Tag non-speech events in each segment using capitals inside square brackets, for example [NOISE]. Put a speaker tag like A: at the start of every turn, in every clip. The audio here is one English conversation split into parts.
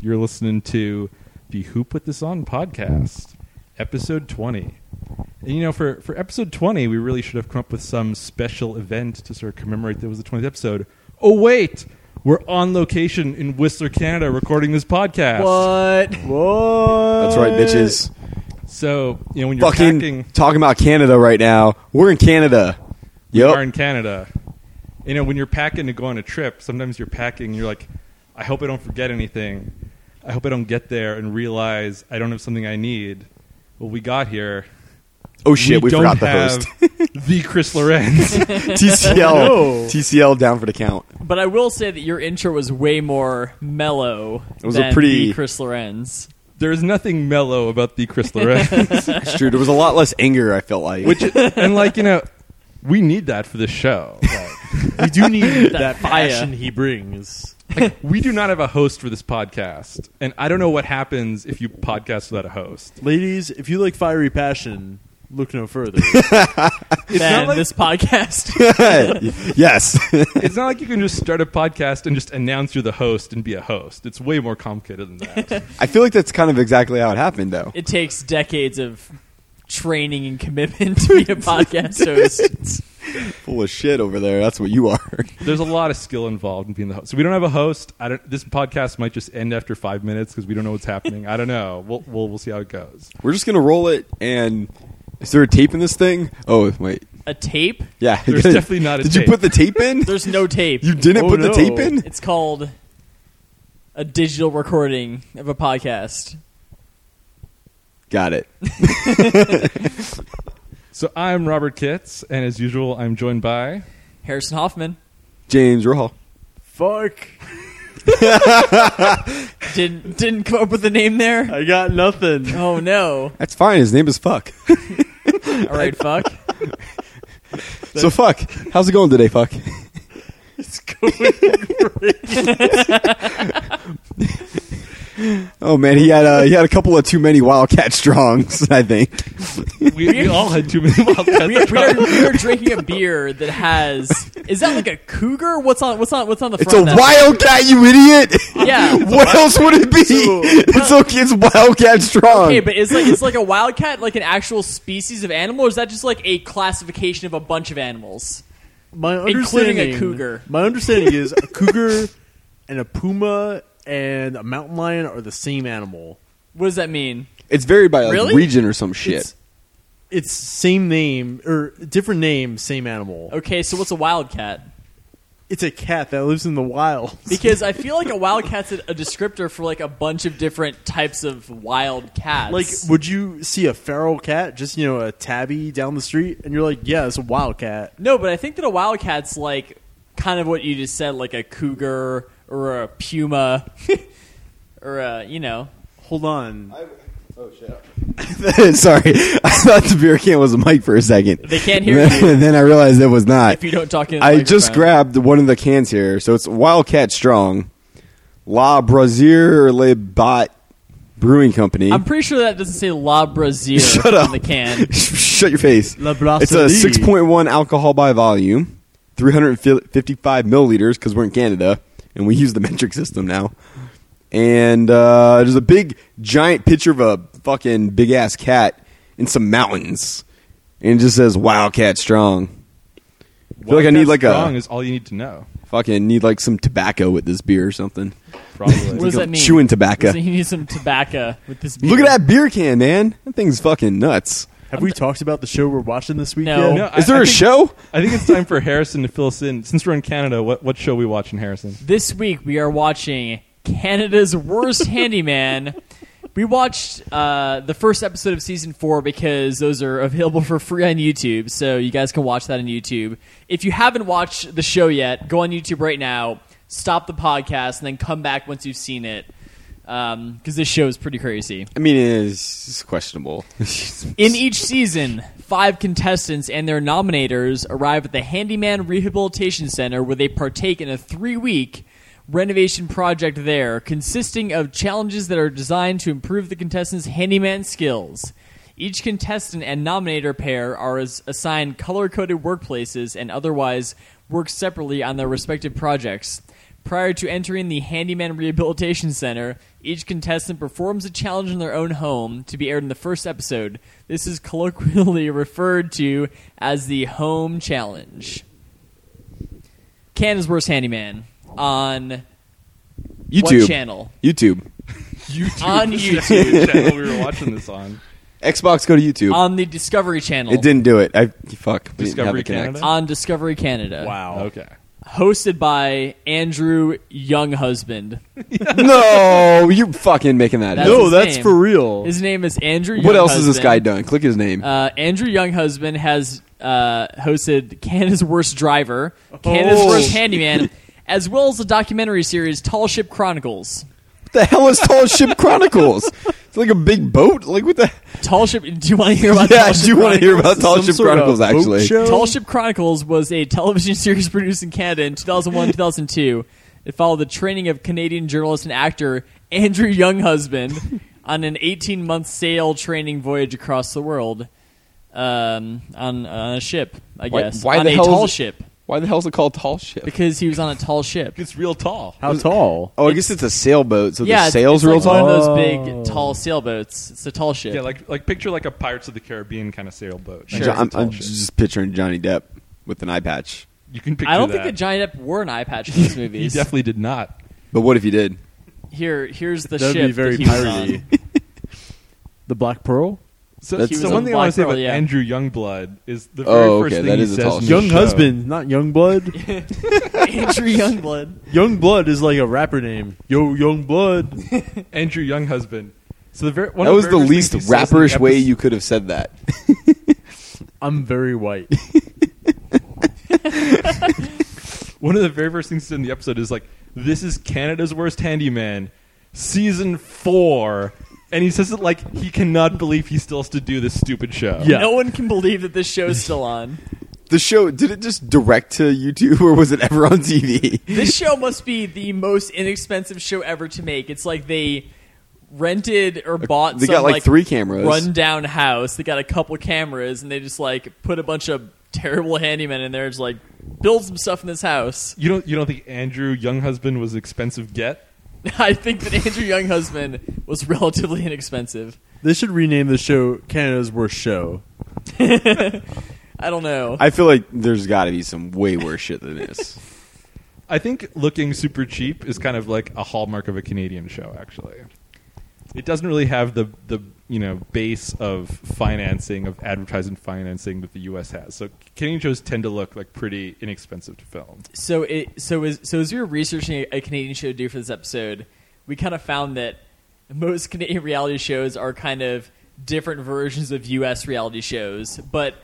A: You're listening to the Who Put This On podcast, episode 20. And you know, for, for episode 20, we really should have come up with some special event to sort of commemorate that it was the 20th episode. Oh, wait! We're on location in Whistler, Canada, recording this podcast.
B: What?
C: What?
D: That's right, bitches.
A: So, you know, when Oh, you're
D: Fucking
A: packing,
D: talking about Canada right now. We're in Canada.
A: you are
D: Yep.
A: in Canada. You know, when you're packing to go on a trip, sometimes you're packing, you're like, I hope I don't forget anything. I hope I don't get there and realize I don't have something I need. Well, we got here.
D: Oh shit, we,
A: don't
D: forgot the
A: have [LAUGHS]
D: host. [LAUGHS]
A: the Chris Lorenz.
D: TCL.
B: No.
D: TCL down for the count.
B: But I will say that your intro was way more mellow.
D: It was a
B: than
D: pretty-
B: the Chris Lorenz.
A: there is nothing mellow about the Chris
D: [LAUGHS]
A: Lorenz.
D: It's true. There was a lot less anger. I felt like. [LAUGHS]
A: Which, and like, you know, we need that for this show.
C: we
D: [LAUGHS]
C: do need that
B: That fire.
C: passion he brings.
A: Like, we do not have a host for this podcast. And I don't know what happens if you podcast without a host.
C: Ladies, if you like fiery passion, look
B: [LAUGHS]
C: no further.
A: It's
B: than
A: not like
B: this podcast.
D: [LAUGHS] yes. [LAUGHS]
A: it's not like you can just start a podcast and just announce you're the host and be a host. It's way more complicated than
B: [LAUGHS]
A: that.
D: I feel like that's kind of exactly how it happened, though.
B: it takes decades of training and commitment to be a
D: [LAUGHS]
B: podcast host.
D: Full of shit over there. That's what you are. [LAUGHS]
A: There's a lot of skill involved in being the host. So we don't have a host. I don't, this podcast might just end after five minutes because we don't know what's happening. I don't know. We'll, we'll, we'll see how it goes.
D: We're just gonna roll it. And is there a tape in this thing? Oh wait.
B: A tape?
D: Yeah.
A: There's definitely not a
D: [LAUGHS] Did
A: tape.
D: you put the
A: [LAUGHS]
D: tape in?
B: There's no tape.
D: you didn't
C: Oh,
D: put
C: no.
D: the tape in.
B: It's called a digital recording of a podcast.
D: Got it.
A: So I'm Robert Kitts, and as usual, I'm joined by.
B: Harrison Hoffman
D: James Rahal.
C: Fuck.
B: didn't didn't come up with a name there.
C: I got nothing.
B: Oh no!
D: That's fine. His name is fuck.
B: All
C: [LAUGHS]
B: right, fuck.
D: so fuck. How's it going today, fuck? [LAUGHS]
C: It's going
D: Oh man, he had uh, he had a couple of too many Wildcat strongs. [LAUGHS] I think.
A: We, we all had too many
C: [LAUGHS]
A: wildcats.
B: We are, we, are, we are drinking a beer that has. Is that like a cougar? What's on? What's on? What's on the
D: It's
B: front?
D: a
B: of that?
D: Wildcat, you idiot. [LAUGHS]
B: Yeah.
D: what else would it be? It's okay. It's Wildcat strong.
B: Okay, but is like it's like a wildcat like an actual species of animal, or is that just like a classification of a bunch of animals?
C: My
B: Including a
C: understanding-
B: cougar.
C: My understanding is a cougar and a puma and a mountain lion are the same animal.
B: What does that mean?
D: it's varied by like,
B: Really?
D: region or some shit.
C: It's, it's same name or different name, same animal.
B: Okay, so what's a wildcat?
C: It's a cat that lives in the wild.
B: Because I feel like a wildcat's a a descriptor for like a bunch of different types of wild cats.
C: Like, would you see a feral cat, just you know, a tabby down the street, and you're like, yeah, it's a wild cat.
B: no, but I think that a wildcat's like kind of what you just said, like a cougar or a puma [LAUGHS] or a you know.
C: Hold on,
D: [LAUGHS] Sorry, I thought the beer can was a mic for a second.
B: They can't hear
D: and then, [LAUGHS]
B: you.
D: and then I realized it was not.
B: If you don't talk in, the
D: I just
B: microphone.
D: grabbed one of the cans here, so it's Wildcat Strong, La Brazier Le Bot Brewing Company.
B: I'm pretty sure that doesn't say La Brazier
D: [LAUGHS] Shut up.
B: on the can.
D: [LAUGHS] Shut your face.
C: La Brasserie.
D: It's a 6.1 alcohol by volume, 355 milliliters because we're in Canada and we use the [LAUGHS] metric system now. And uh, there's a big, giant picture of a fucking big ass cat in some mountains, and it just says "Wildcat Strong." I feel like I need like
A: strong
D: a
A: is all you need to know.
D: fucking need like some tobacco with this beer or something.
B: What
A: Probably.
B: does that mean?
D: Chewing tobacco.
B: So you need some tobacco with this. Beer.
D: Look at that beer can, man. That thing's fucking nuts.
C: have we talked about the show we're watching this weekend?
B: No.
A: No, I-
D: Is there
A: I
D: a
A: think-
D: show?
A: I think it's time for Harrison to fill us in. Since we're in Canada, what, what show we watching, Harrison?
B: This week we are watching Canada's
D: [LAUGHS]
B: Worst Handyman. We watched uh, the first episode of season four because those are available for free on YouTube, so you guys can watch that on YouTube. If you haven't watched the show yet, go on YouTube right now, stop the podcast, and then come back once you've seen it. Because this show is pretty crazy.
D: I mean, it is it's questionable. [LAUGHS]
B: In each season, five contestants and their nominators arrive at the Handyman Rehabilitation Center where they partake in a three week renovation project there, consisting of challenges that are designed to improve the contestants' handyman skills. Each contestant and nominator pair are as- assigned color coded workplaces and otherwise work separately on their respective projects. Prior to entering the Handyman Rehabilitation Center, each contestant performs a challenge in their own home to be aired in the first episode. This is colloquially [LAUGHS] referred to as the Home Challenge. Canada's Worst Handyman on
D: YouTube.
B: what channel?
D: YouTube.
A: YouTube [LAUGHS]
B: On
A: is the
B: YouTube.
A: channel we were watching this on.
D: Xbox, go to YouTube.
B: On the Discovery Channel.
D: it didn't do it. I fuck. we didn't have
A: Discovery
D: a Kinect.
A: Canada?
B: On Discovery Canada.
C: Wow.
A: Okay.
B: Hosted by Andrew Younghusband.
D: [LAUGHS] no, you're fucking making that.
B: That's
D: up.
C: no,
B: his
C: Oh, that's
B: name.
C: for real.
B: His name is Andrew.
D: What else has this
B: Younghusband.
D: guy done? Click his name.
B: Uh, Andrew Younghusband has uh, hosted Canada's Worst Driver, Canada's
C: Oh.
B: Worst Handyman, as well as the documentary series Tall Ship Chronicles.
D: what the hell is
B: [LAUGHS]
D: Tall Ship Chronicles? It's like a big boat. Like what the?
B: Tall Ship. Do you want to hear about?
D: [LAUGHS] yeah, I
B: Tall Ship
D: do want to hear
B: Chronicles?
D: about Tall
C: Some
D: Ship
C: sort of
D: Chronicles.
C: boat
D: Actually,
C: show?
B: Tall Ship Chronicles was a television [LAUGHS] series produced in Canada in 2001 2002. It followed the training of Canadian journalist and actor Andrew Younghusband
D: [LAUGHS]
B: on an 18 month sail training voyage across the world um, on, on a ship, I
D: Why-
B: guess.
D: why
B: on
D: the
B: a
D: hell is
B: tall
D: it-
B: ship.
D: why the hell is it called Tall Ship?
B: Because he was on a tall ship.
A: It's real tall.
C: How tall?
D: Oh, I guess it's a sailboat, so
B: yeah,
D: the
B: it's-
D: sail's
B: it's
D: real
B: like
D: tall.
B: one of those
C: Oh.
B: big, tall sailboats. It's a tall ship.
A: Yeah, like like picture like a Pirates of the Caribbean kind of sailboat.
D: Jo-
A: Like, it's a
D: I'm,
A: tall
D: I'm
A: ship.
D: just picturing Johnny Depp with an eye patch.
A: you can picture
B: I don't
A: that.
B: think that Johnny Depp wore an eye patch in
D: [LAUGHS]
B: these
A: He
B: movies.
A: definitely did not.
D: But what if he did?
B: Here, here's the
C: That'd
B: ship.
C: be very
B: that he was on.
C: piratey. the Black Pearl.
A: So,
D: That's-
A: so
D: He
A: one
B: was
A: thing
B: a
A: I want
B: black
A: to say
B: girl,
A: about
B: yeah.
A: Andrew Youngblood is the very
D: Oh,
A: first
D: okay,
A: thing
D: that
A: he
D: is a
A: says.
D: tall
A: in the
D: ship.
C: Young
A: show.
C: husband, not young blood.
B: [LAUGHS] Andrew Youngblood.
C: young blood is like a rapper name. Yo, young blood. [LAUGHS]
A: Andrew Young husband. So the very one
D: that
A: of
D: was the
A: very first
D: least
A: things he says in the
D: rapperish way
A: episode-
D: you could have said that. [LAUGHS]
C: I'm very white.
A: One of the very first things in the episode is like, "This is Canada's worst handyman, season four. and he says it like he cannot believe he still has to do this stupid show.
C: Yeah.
B: No one can believe that this show's still on.
D: the show did it just direct to YouTube, or was it ever on TV?
B: This
D: [LAUGHS]
B: show must be the most inexpensive show ever to make. It's like they rented or bought.
D: They
B: some,
D: got, like, three cameras.
B: Rundown house. They got a couple cameras, and they just like put a bunch of terrible [LAUGHS] handymen in there. Just like build some stuff in this house.
A: You don't you don't think Andrew Young husband was an expensive get?
B: [LAUGHS] I think that Andrew Young husband was relatively inexpensive. [LAUGHS]
C: They should rename the show Canada's Worst Show.
B: I don't know.
D: I feel like there's got to be some way worse shit than this.
A: I think looking super cheap is kind of like a hallmark of a Canadian show. Actually, it doesn't really have the the you know base of financing of advertising financing that the U.S. has. So Canadian shows tend to look like pretty inexpensive to film.
B: so it so as so as we were researching a Canadian show to do for this episode, we kind of found that most Canadian reality shows are kind of different versions of U.S. reality shows. But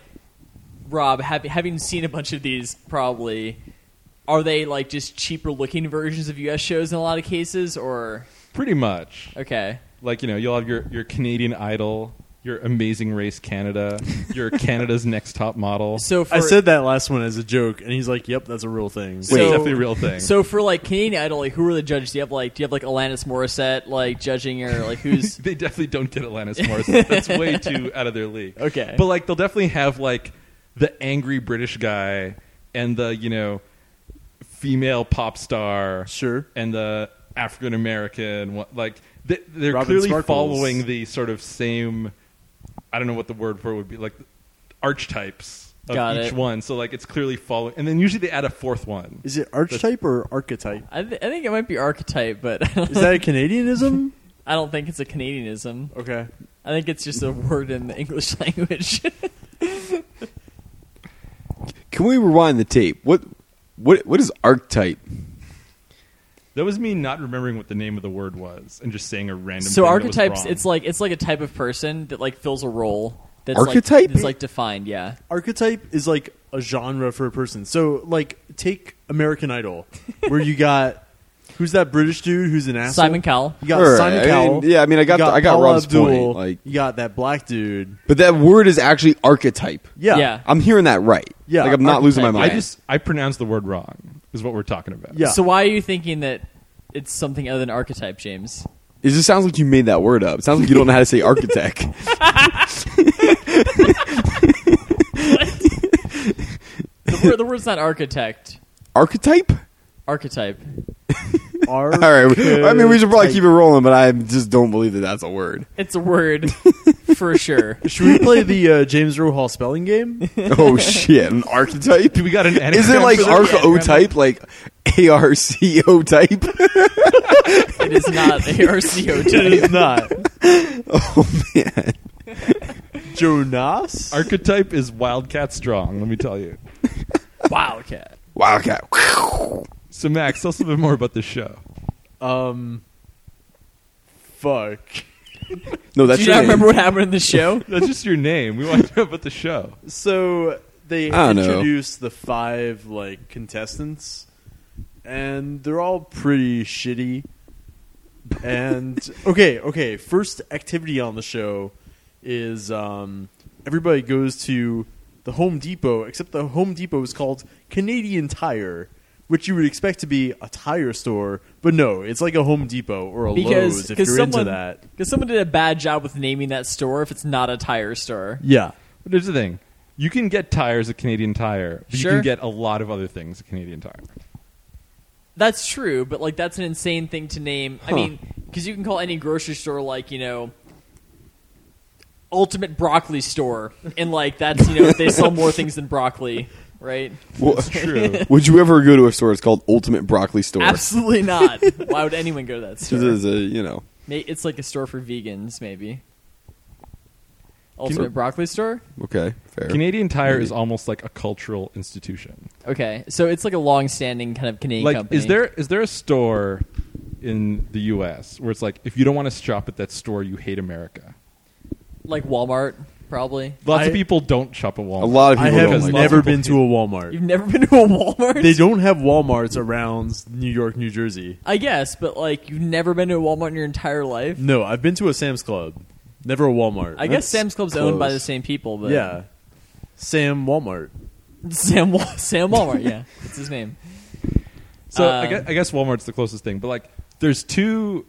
B: Rob, hav- having seen a bunch of these, probably are they like just cheaper looking versions of U.S. shows in a lot of cases, or
A: Pretty much,
B: okay?
A: like you know, you'll have your your Canadian Idol, your Amazing Race Canada, your Canada's Next Top Model.
B: So for,
C: I said that last one as a joke, and he's like, "Yep, that's a real thing."
A: Wait, it's definitely a real thing.
B: So for like Canadian Idol, like who are the judges? Do you have like do you have like Alanis Morissette like judging or
A: [LAUGHS]
B: like who's
A: they definitely don't get
B: [LAUGHS]
A: Atlantis Morrison. That's way too out of their league.
B: Okay.
A: But like they'll definitely have like the angry British guy and the, you know, female pop star
C: Sure.
A: and the African American what like they, they're
C: Robin
A: clearly
C: Sparkles.
A: following the sort of same I don't know what the word for it would be like archetypes of
B: Got
A: each
B: it.
A: one. So like it's clearly following and then usually they add a fourth one.
C: Is it archetype or archetype?
B: I, th- I think it might be archetype, but I don't,
C: Is that a Canadianism?
B: [LAUGHS] I don't think it's a Canadianism.
C: okay.
B: I think it's just a word in the English [LAUGHS] language.
D: Can we rewind the tape? What what what is archetype?
A: That was me not remembering what the name of the word was and just saying a random thing
B: so
A: that was
B: archetypes,
A: wrong.
B: it's like it's like a type of person that like fills a role. That's
D: Archetype?
B: like, is like defined. Yeah,
C: Archetype is like a genre for a person. So, like, take American Idol, where you got who's that British dude who's an asshole?
B: Simon Cowell.
C: You got
D: All right,
C: Simon
D: I
C: Cowell.
D: mean, yeah, I mean, I
C: You
D: got the- I got
C: Paula
D: Rob's
C: Abdul,
D: point, like-
C: you got that black dude.
D: But that word is actually archetype.
C: Yeah.
B: Yeah.
D: I'm hearing that right.
C: Yeah,
D: like I'm not losing my
B: archetype.
D: mind.
A: I just I pronounced the word wrong. Is what we're talking about.
C: Yeah.
B: So why are you thinking that it's something other than
A: [LAUGHS]
B: archetype, James? [LAUGHS]
D: it just sounds like you made that word up. It sounds like you don't know how to say architect.
B: The, word, the word's not architect.
D: Archetype?
B: Archetype.
C: [LAUGHS] All
D: All right. I mean, we should probably keep it rolling, but I just don't believe that that's a word.
B: It's a
C: [LAUGHS]
B: word for sure.
C: Should we play the uh, James Rohall
D: [LAUGHS]
C: spelling game? [LAUGHS]
D: Oh shit, an archetype.
A: We got an
D: Is it
A: anagram
D: like
A: for that?
D: arco type, like A R C O type? [LAUGHS]
B: It is not
C: [LAUGHS]
B: ARCO
C: it
B: type.
C: is not.
D: [LAUGHS] Oh man,
C: Jonas?
A: Archetype is Wildcat Strong, let me tell you.
B: Wildcat.
D: Wildcat.
A: So, Max, tell us a little bit more about this show.
C: um. Fuck.
D: No, that's
B: Do you
D: your
B: not
D: name.
B: remember what happened in the show?
A: That's just your name. We want to know about the show.
C: So they
D: I don't know.
C: introduce the five like contestants, and they're all pretty shitty. [LAUGHS] And okay, okay. First activity on the show is um, everybody goes to the Home Depot, except the Home Depot is called Canadian Tire, which you would expect to be a tire store, but no, it's like a Home Depot or a
B: Because
C: Lowe's if
B: cause
C: you're
B: someone,
C: into that.
B: 'cause someone did a bad job with naming that store if it's not a tire store.
C: Yeah,
A: But here's the thing you can get tires at Canadian Tire, but you
B: Sure.
A: can get a lot of other things at Canadian Tire.
B: That's true, but like that's an insane thing to name. I mean, because you can call any grocery store like you know, ultimate broccoli store, and like that's you know they sell more things than broccoli, right?
D: Well, [LAUGHS]
A: True.
D: would you ever go to a store? It's called Ultimate Broccoli Store.
B: Absolutely not. Why would anyone go to
C: [LAUGHS]
B: that
D: This
B: store?
D: is a you know.
B: May- It's like a store for vegans, maybe. Ultimate broccoli store.
D: Okay, fair.
A: Canadian Tire is almost like a cultural institution.
B: Okay, so it's like a long-standing kind of Canadian
A: like,
B: company.
A: is there is there a store in the U.S. where it's like if you don't want to shop at that store, you hate America?
B: like Walmart? Probably.
A: Lots
C: I-
A: of people don't shop at Walmart.
D: a lot of
C: I
D: people don't
A: because
C: have
D: like.
A: lots
C: never
A: of
C: been to a Walmart.
B: You've never been to a Walmart?
C: They don't have WalMarts around New York, New Jersey.
B: I guess, but like you've never been to a Walmart in your entire life.
C: No, I've been to a Sam's Club, never a Walmart.
B: I guess
D: That's
B: Sam's Club's owned by
D: close.
B: the same people, but
C: yeah, Sam Walmart.
B: Sam Wal- Sam Walmart. Yeah, that's his name.
A: So
B: Uh,
A: I, guess, I guess Walmart's the closest thing, but like, there's two.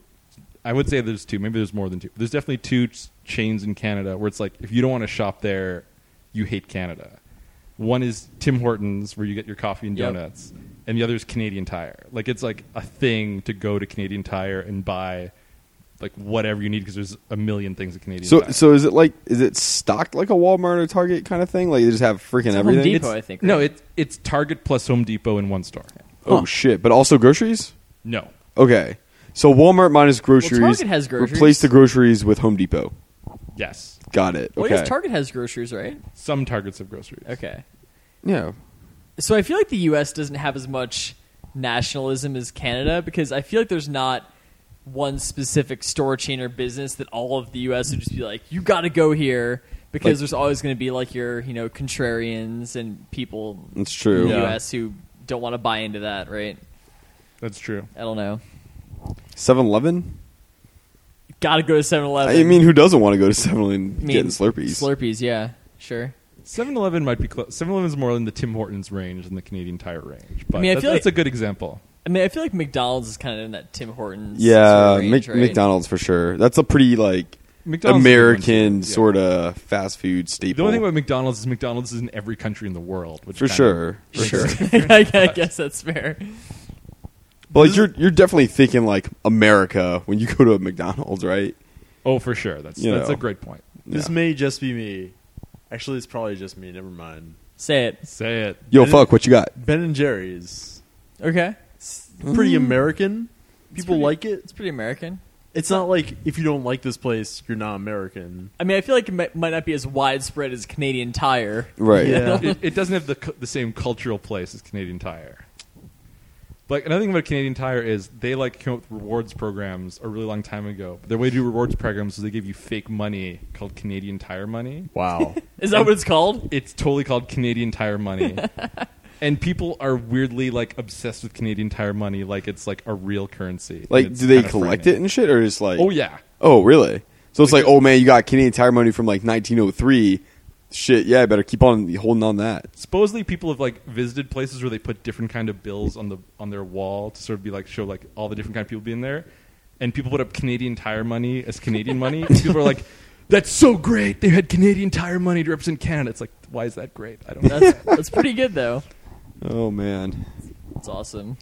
A: I would say there's two. Maybe there's more than two. There's definitely two ch- chains in Canada where it's like if you don't want to shop there, you hate Canada. One is Tim Hortons, where you get your coffee and
B: Yep.
A: donuts, and the other is Canadian Tire. Like it's like a thing to go to Canadian Tire and buy like whatever you need because there's a million things at Canadian
D: So
A: Tire.
D: so is it like is it stocked like a Walmart or Target kind of thing? Like they just have freaking
B: It's a Home
D: everything.
B: Depot, I think.
A: no,
B: right?
A: it, it's Target plus Home Depot in one store.
D: Oh
B: Huh.
D: shit! But also groceries.
A: No,
D: Okay, so Walmart minus groceries.
B: Target has groceries.
D: Replace the groceries with Home Depot.
A: yes,
D: Got it.
B: Well, I
D: Okay.
B: guess Target has groceries, right?
A: some Targets have groceries.
B: Okay.
D: yeah.
B: So I feel like the U.S. doesn't have as much nationalism as Canada because I feel like there's not one specific store chain or business that all of the U.S. would just be like, you got to go here because
D: Like-
B: there's always going to be like your you know contrarians and people
D: That's
B: in
D: true.
B: the
C: Yeah.
B: U.S. who don't want to buy into that, right?
A: that's true.
B: I don't know.
D: Seven Eleven.
B: Got to go to 7-Eleven.
D: I mean, who doesn't want to go to Seven Eleven
B: I mean,
D: getting Slurpees?
B: Slurpees, yeah, sure.
A: 7-Eleven might be close. 7-Eleven is more in the Tim Hortons range than the Canadian Tire range. But
B: I mean, I
A: that-
B: feel
A: that's a
B: like-
A: good example.
B: I mean, I feel like McDonald's is kind of in that Tim Hortons.
D: yeah,
B: sort of range,
D: Mc-
B: right?
D: McDonald's for sure. That's a pretty like
A: McDonald's is a good one,
D: American
A: too. Yeah.
D: sort of fast food staple.
A: The only thing about McDonald's is McDonald's is in every country in the world. Which
D: for
A: kind of-
D: sure, for
B: Sure.
D: sure.
B: [LAUGHS] I guess that's fair.
D: But like, you're you're definitely thinking like America when you go to a McDonald's, right?
A: oh, for sure. That's
D: You
A: that's
D: know.
A: a great point.
C: This
D: Yeah.
C: may just be me. Actually, it's probably just me. Never mind.
B: Say it.
A: Say
B: [LAUGHS]
A: it.
D: Yo,
C: It-
D: fuck, what you got?
C: Ben and Jerry's.
B: Okay.
C: It's pretty American. People
B: pretty-
C: like it.
B: It's pretty American.
C: It's not like if you don't like this place, you're not American.
B: I mean, I feel like it might, might not be as widespread as Canadian Tire.
D: Right.
C: Yeah. [LAUGHS]
A: it, it doesn't have the cu- the same cultural place as Canadian Tire. Like another thing about Canadian Tire is they like came up with rewards programs a really long time ago. But their way to do rewards programs is they give you fake money called Canadian Tire money.
C: [LAUGHS] Wow.
B: Is that what it's called?
A: It's totally called Canadian Tire Money. and people are weirdly like obsessed with Canadian Tire Money like it's like a real currency. And
D: Like,
A: it's
D: do they
A: kinda
D: collect it
A: frightening.
D: and shit, or just like?
A: Oh yeah.
D: Oh, really? So it's like, oh man, you got Canadian Tire money from like 1903. Shit, yeah, I better keep on holding on that.
A: Supposedly people have like visited places where they put different kind of bills on the on their wall to sort of be like show like all the different kind of people being there. And people put up Canadian Tire Money as Canadian money. And people are like that's so great. They had Canadian Tire Money to represent Canada. It's like why is that great? I don't know.
B: That's, that's pretty good, though.
D: Oh man,
B: It's awesome.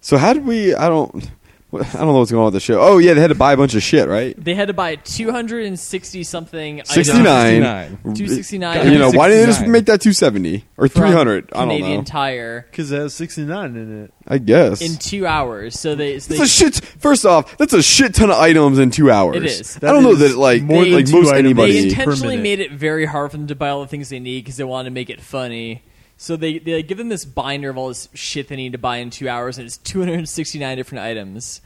D: So how did we? I don't. [LAUGHS] I don't know what's going on with the show. Oh yeah, they had to buy a bunch of shit, right?
B: They had to buy 260 something items.
D: 69.
B: 269.
D: You know why didn't they just make that two seventy or
B: from
D: three hundred? I don't
B: Canadian
D: know.
B: Tire
C: because it has sixty nine in it.
D: I guess.
B: in two hours. So they, so
D: That's
B: they
D: a shit. First off, that's a shit ton of items in two hours.
B: It is.
D: I don't
C: That
D: know
C: is
D: that like
C: more
B: than
D: like
C: two
D: most
C: items.
B: they
D: anybody.
C: per
B: intentionally
C: minute.
B: made it very hard for them to buy all the things they need because they wanted to make it funny. So they, they give them this binder of all this shit they need to buy in two hours, and it's 269 different items.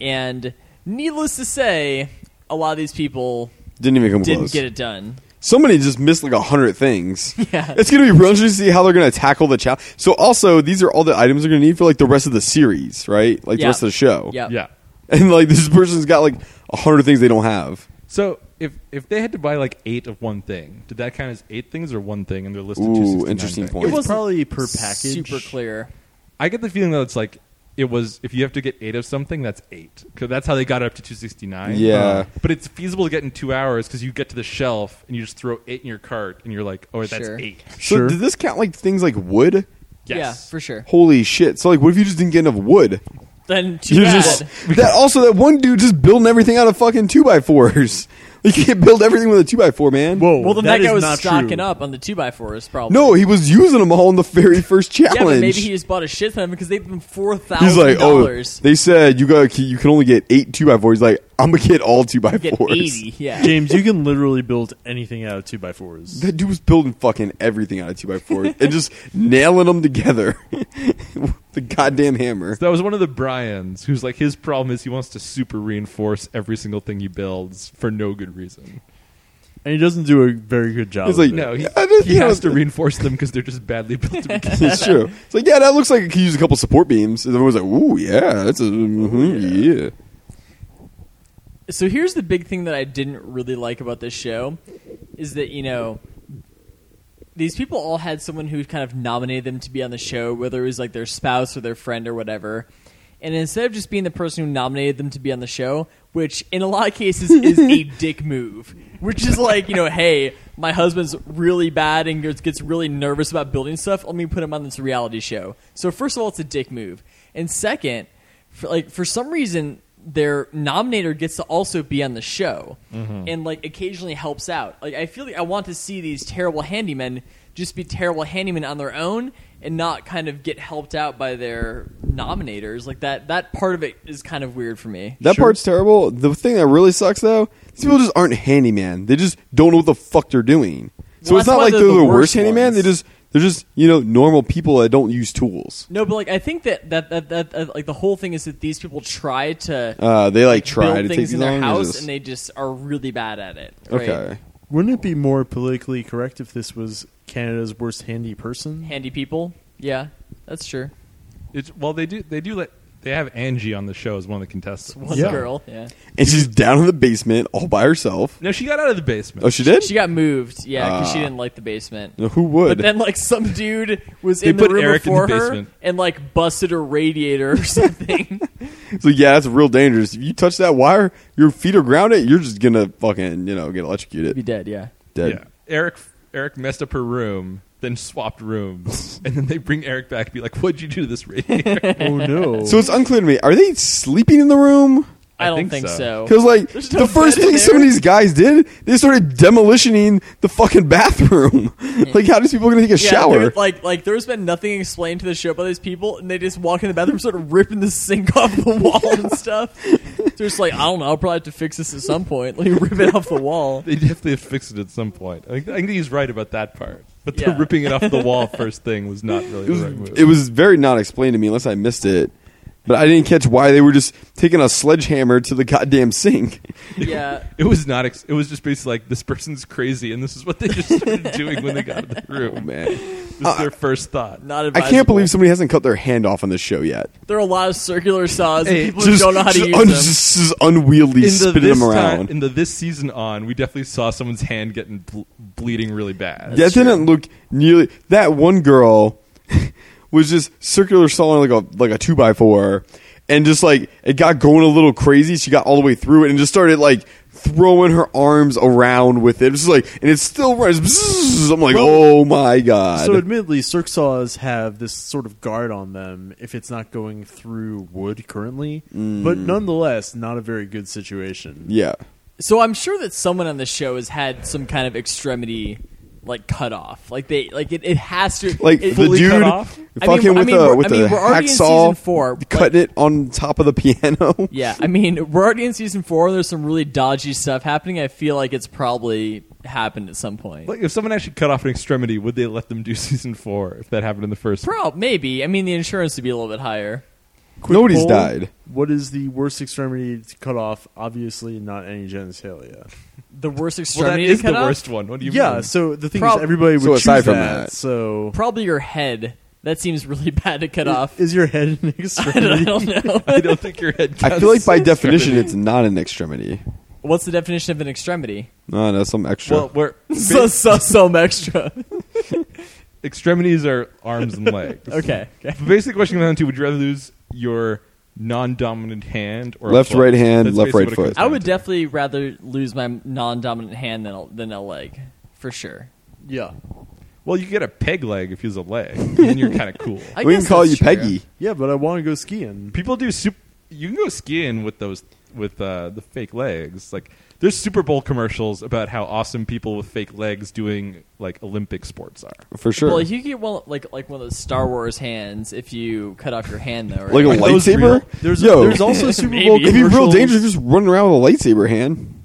B: And needless to say, a lot of these people
D: didn't even come
B: didn't
D: close.
B: get it done.
D: Somebody just missed like a hundred things.
B: [LAUGHS] Yeah.
D: it's gonna be real interesting to see how they're gonna tackle the challenge. So also, these are all the items they're gonna need for like the rest of the series, right? Like
B: Yeah.
D: the rest of the show.
B: Yeah.
A: Yeah.
D: And like this person's got like a hundred things they don't have.
A: So if if they had to buy like eight of one thing, did that count as eight things or one thing? And they're listed.
D: Ooh,
A: 269
D: interesting
A: things?
D: point.
C: It was
B: wasn't
C: probably per package.
B: Super clear.
A: I get the feeling that it's like it was if you have to get eight of something, that's eight because that's how they got it up to two sixty nine.
D: Yeah.
A: but it's feasible to get in two hours because you get to the shelf and you just throw eight in your cart and you're like, oh, that's
B: Sure.
A: eight.
C: Sure.
D: So did this count like things like wood?
A: Yes.
B: Yeah, for sure.
D: Holy shit! So like, what if you just didn't get enough wood?
B: Then too
D: You're
B: bad.
D: just- that also that one dude just building everything out of fucking two by fours. [LAUGHS] You can't build everything with a two by four, man.
C: Whoa,
B: well, then Oh, that,
C: that is
B: guy was
C: not
B: stocking
C: true.
B: up on the 2x4s probably.
D: No, he was using them all in the very first challenge.
B: Yeah, but maybe he just bought a shit ton because they've been $4,000.
D: He's like, oh, they said you got you can only get eight two by fours. He's like, I'm gonna get all two by
B: get
D: fours.
B: 80.
D: [LAUGHS]
B: Yeah.
C: James, you can literally build anything out of two by [LAUGHS] fours.
D: That dude was building fucking everything out of two by fours and just nailing them together. [LAUGHS] with the goddamn hammer.
A: So that was one of the Brian's who's like his problem is he wants to super reinforce every single thing he builds for no good reason.
C: And he doesn't do a very good job.
D: He's
C: of
D: like,
C: it.
A: No, he,
D: Yeah, I didn't
A: he
D: know
A: has
D: that.
A: to reinforce them because they're just badly [LAUGHS] built to begin.
D: [LAUGHS] It's true. It's like, yeah, that looks like it could use a couple support beams. And everyone's like, ooh, yeah, that's a
B: Oh,
D: mhm, yeah.
B: so here's the big thing that I didn't really like about this show is that you know these people all had someone who kind of nominated them to be on the show, whether it was like their spouse or their friend or whatever. And instead of just being the person who nominated them to be on the show, which in a lot of cases is a dick move, which is like, you know, hey, my husband's really bad and gets- gets really nervous about building stuff. Let me put him on this reality show. So, first of all, it's a dick move. And second, for, like for some reason their nominator gets to also be on the show
D: Mm-hmm.
B: and like occasionally helps out like i feel like i want to see these terrible handymen just be terrible handymen on their own and not kind of get helped out by their nominators like that that part of it is kind of weird for me
D: That part's terrible. The thing that really sucks though, these people just aren't handyman. They just don't know what the fuck they're doing. So
B: Well, that's
D: it's not
B: why
D: like
B: they're
D: they're,
B: the
D: the,
B: worst
D: worst handyman. They
B: ones.
D: just they're just you know normal people that don't use tools.
B: no but like i think that that that, that, that like the whole thing is that these people try to
D: Uh, they like try
B: build
D: to take
B: things
D: these
B: in their
D: on, or
B: house
D: just-
B: and they just are really bad at it right?
D: okay.
C: Wouldn't it be more politically correct if this was Canada's worst handy person?
B: handy people yeah that's true
A: It's, well, they do. They do let. They have Angie on the show as one of the contestants.
B: one
C: Yeah.
B: girl yeah
D: And she's down in the basement all by herself.
A: No, she got out of the basement.
D: Oh, she did.
B: She got moved, yeah, because she
D: Ah.
B: didn't like the basement.
D: No, who
B: But
D: would?
B: then, like, some dude was
A: They
B: in the
A: put
B: room
A: Eric in the
B: before her
A: basement.
B: and like busted her radiator or [LAUGHS] something.
D: so yeah, that's real dangerous. If you touch that wire, your feet are grounded. You're just gonna fucking you know get
B: Be
D: electrocuted.
B: dead, yeah.
D: Dead.
A: Yeah. Eric Eric messed up her room, then swapped
D: [LAUGHS]
A: rooms, and then they bring Eric back and be like, "What'd you do to this radiator?"
C: [LAUGHS] oh no!
D: So it's unclear to me. Are they sleeping in the room?
B: I,
A: I
B: don't
A: think
B: think so.
A: so.
D: Because like
B: There's no
D: the first
B: bed in
D: thing some of
B: there.
D: these guys did, they started demolitioning the fucking bathroom. [LAUGHS] like, how does people gonna take a
B: Yeah,
D: shower?
B: there- like, like there's been nothing explained to the show by these people, and they just walk in the bathroom, sort of ripping the sink off the wall and stuff. They're just like, I don't know, I'll probably have to fix this at some point. Like, rip it off the
A: [LAUGHS]
B: wall.
A: they definitely have fixed it at some point. I think, I think he's right about that part. But the
B: Yeah.
A: ripping it off the
B: [LAUGHS]
A: wall first thing was not really
D: it was
A: the right move.
D: it was very not explained to me unless I missed it. But I didn't catch why they were just taking a sledgehammer to the goddamn sink.
A: [LAUGHS]
B: Yeah.
A: It was not. Ex- it was just basically like this person's crazy, and this is what they just
D: [LAUGHS]
A: started doing when they got out of the room.
D: Oh, Man, Uh,
A: This is their first thought.
B: Not
D: I
B: advisable.
D: can't believe somebody hasn't cut their hand off on this show yet.
B: there are a lot of circular saws and
A: Hey,
B: people who don't know how to
D: just
B: use
D: un-
B: them.
D: just- just unwieldy spinning
A: this
D: them
A: Time,
D: around.
A: in the this season on, we definitely saw someone's hand getting ble- bleeding really bad.
D: that didn't look nearly. That one girl [LAUGHS] was just circular sawing like a like a two by four, and just like it got going a little crazy. She got all the way through it and just started like throwing her arms around with it. It's just like, and it's still running. Bzzz. I'm like,
C: Well,
D: oh my god.
C: So, admittedly, cirque saws have this sort of guard on them if it's not going through wood currently, but nonetheless, not a very good situation.
D: Mm. yeah,
B: So I'm sure that someone on the show has had some kind of extremity like cut off. Like they like it, it has to
D: like
B: it,
D: the
A: fully cut
D: dude
A: off?
B: I mean,
D: fucking
B: I
D: with
B: mean,
D: a
B: we're-
D: with
B: I mean,
D: a
B: we're already in season
D: hacksaw, [LAUGHS]
B: four, but-
D: cutting it on top of the [LAUGHS] piano.
B: Yeah, I mean, we're already in season four. There's some really dodgy stuff happening. I feel like it's probably happened at some point.
A: Like, if someone actually cut off an extremity, would they let them do [LAUGHS] season four if that happened in the first?
B: Pro, maybe. I mean, the insurance would be a little bit higher.
C: Quick
D: Nobody's
C: poll,
D: died.
C: What is the worst extremity to cut off? Obviously, not any genitalia.
B: The worst
A: well, that
B: extremity
A: is
B: to cut
A: the
B: off?
A: worst one. What do you
C: yeah,
A: mean?
C: so the thing
B: Prob-
C: is, everybody would
D: So aside
C: choose
D: from
C: that,
D: that-
C: So,
B: Probably your head. That seems really [LAUGHS] bad to cut off.
C: is your [LAUGHS] head an
B: I
C: extremity?
B: don't know.
A: [LAUGHS] I don't think your head.
D: I feel like
A: [LAUGHS]
D: by
A: counts.
D: definition, it's not an extremity.
B: What's the definition of an extremity?
D: No, no, some extra.
A: well,
D: [LAUGHS]
A: we're,
B: So, so, some extra.
A: extremities are arms and legs.
B: Okay. okay.
A: The basic question comes down to: Would you rather lose your non-dominant hand or a
D: Left,
A: foot?
D: right hand,
A: That's
D: left,
A: basically
D: right
A: what it comes
D: foot.
B: I
A: down
B: would
A: to.
B: definitely rather lose my non-dominant hand than a, than a leg, for sure.
C: yeah,
A: Well, you get a peg leg if you use a leg, and you're kind of
D: [LAUGHS]
A: cool.
B: I
D: we
B: guess
D: can call
B: that's
D: you
B: true.
D: Peggy.
C: yeah, but I want to go skiing.
A: People do sup You can go skiing with those with uh, the fake legs. Like there's Super Bowl commercials about how awesome people with fake legs doing like Olympic sports are.
D: for sure.
B: Well, you get one like like one of those Star Wars hands if you cut off your hand though. Right?
D: like
C: [LAUGHS]
D: a
A: Are those real?
D: lightsaber.
C: There's
D: Yo,
C: there's also Super
B: Maybe.
C: Bowl.
D: it'd be real
C: commercials.
D: dangerous just running around with a lightsaber hand.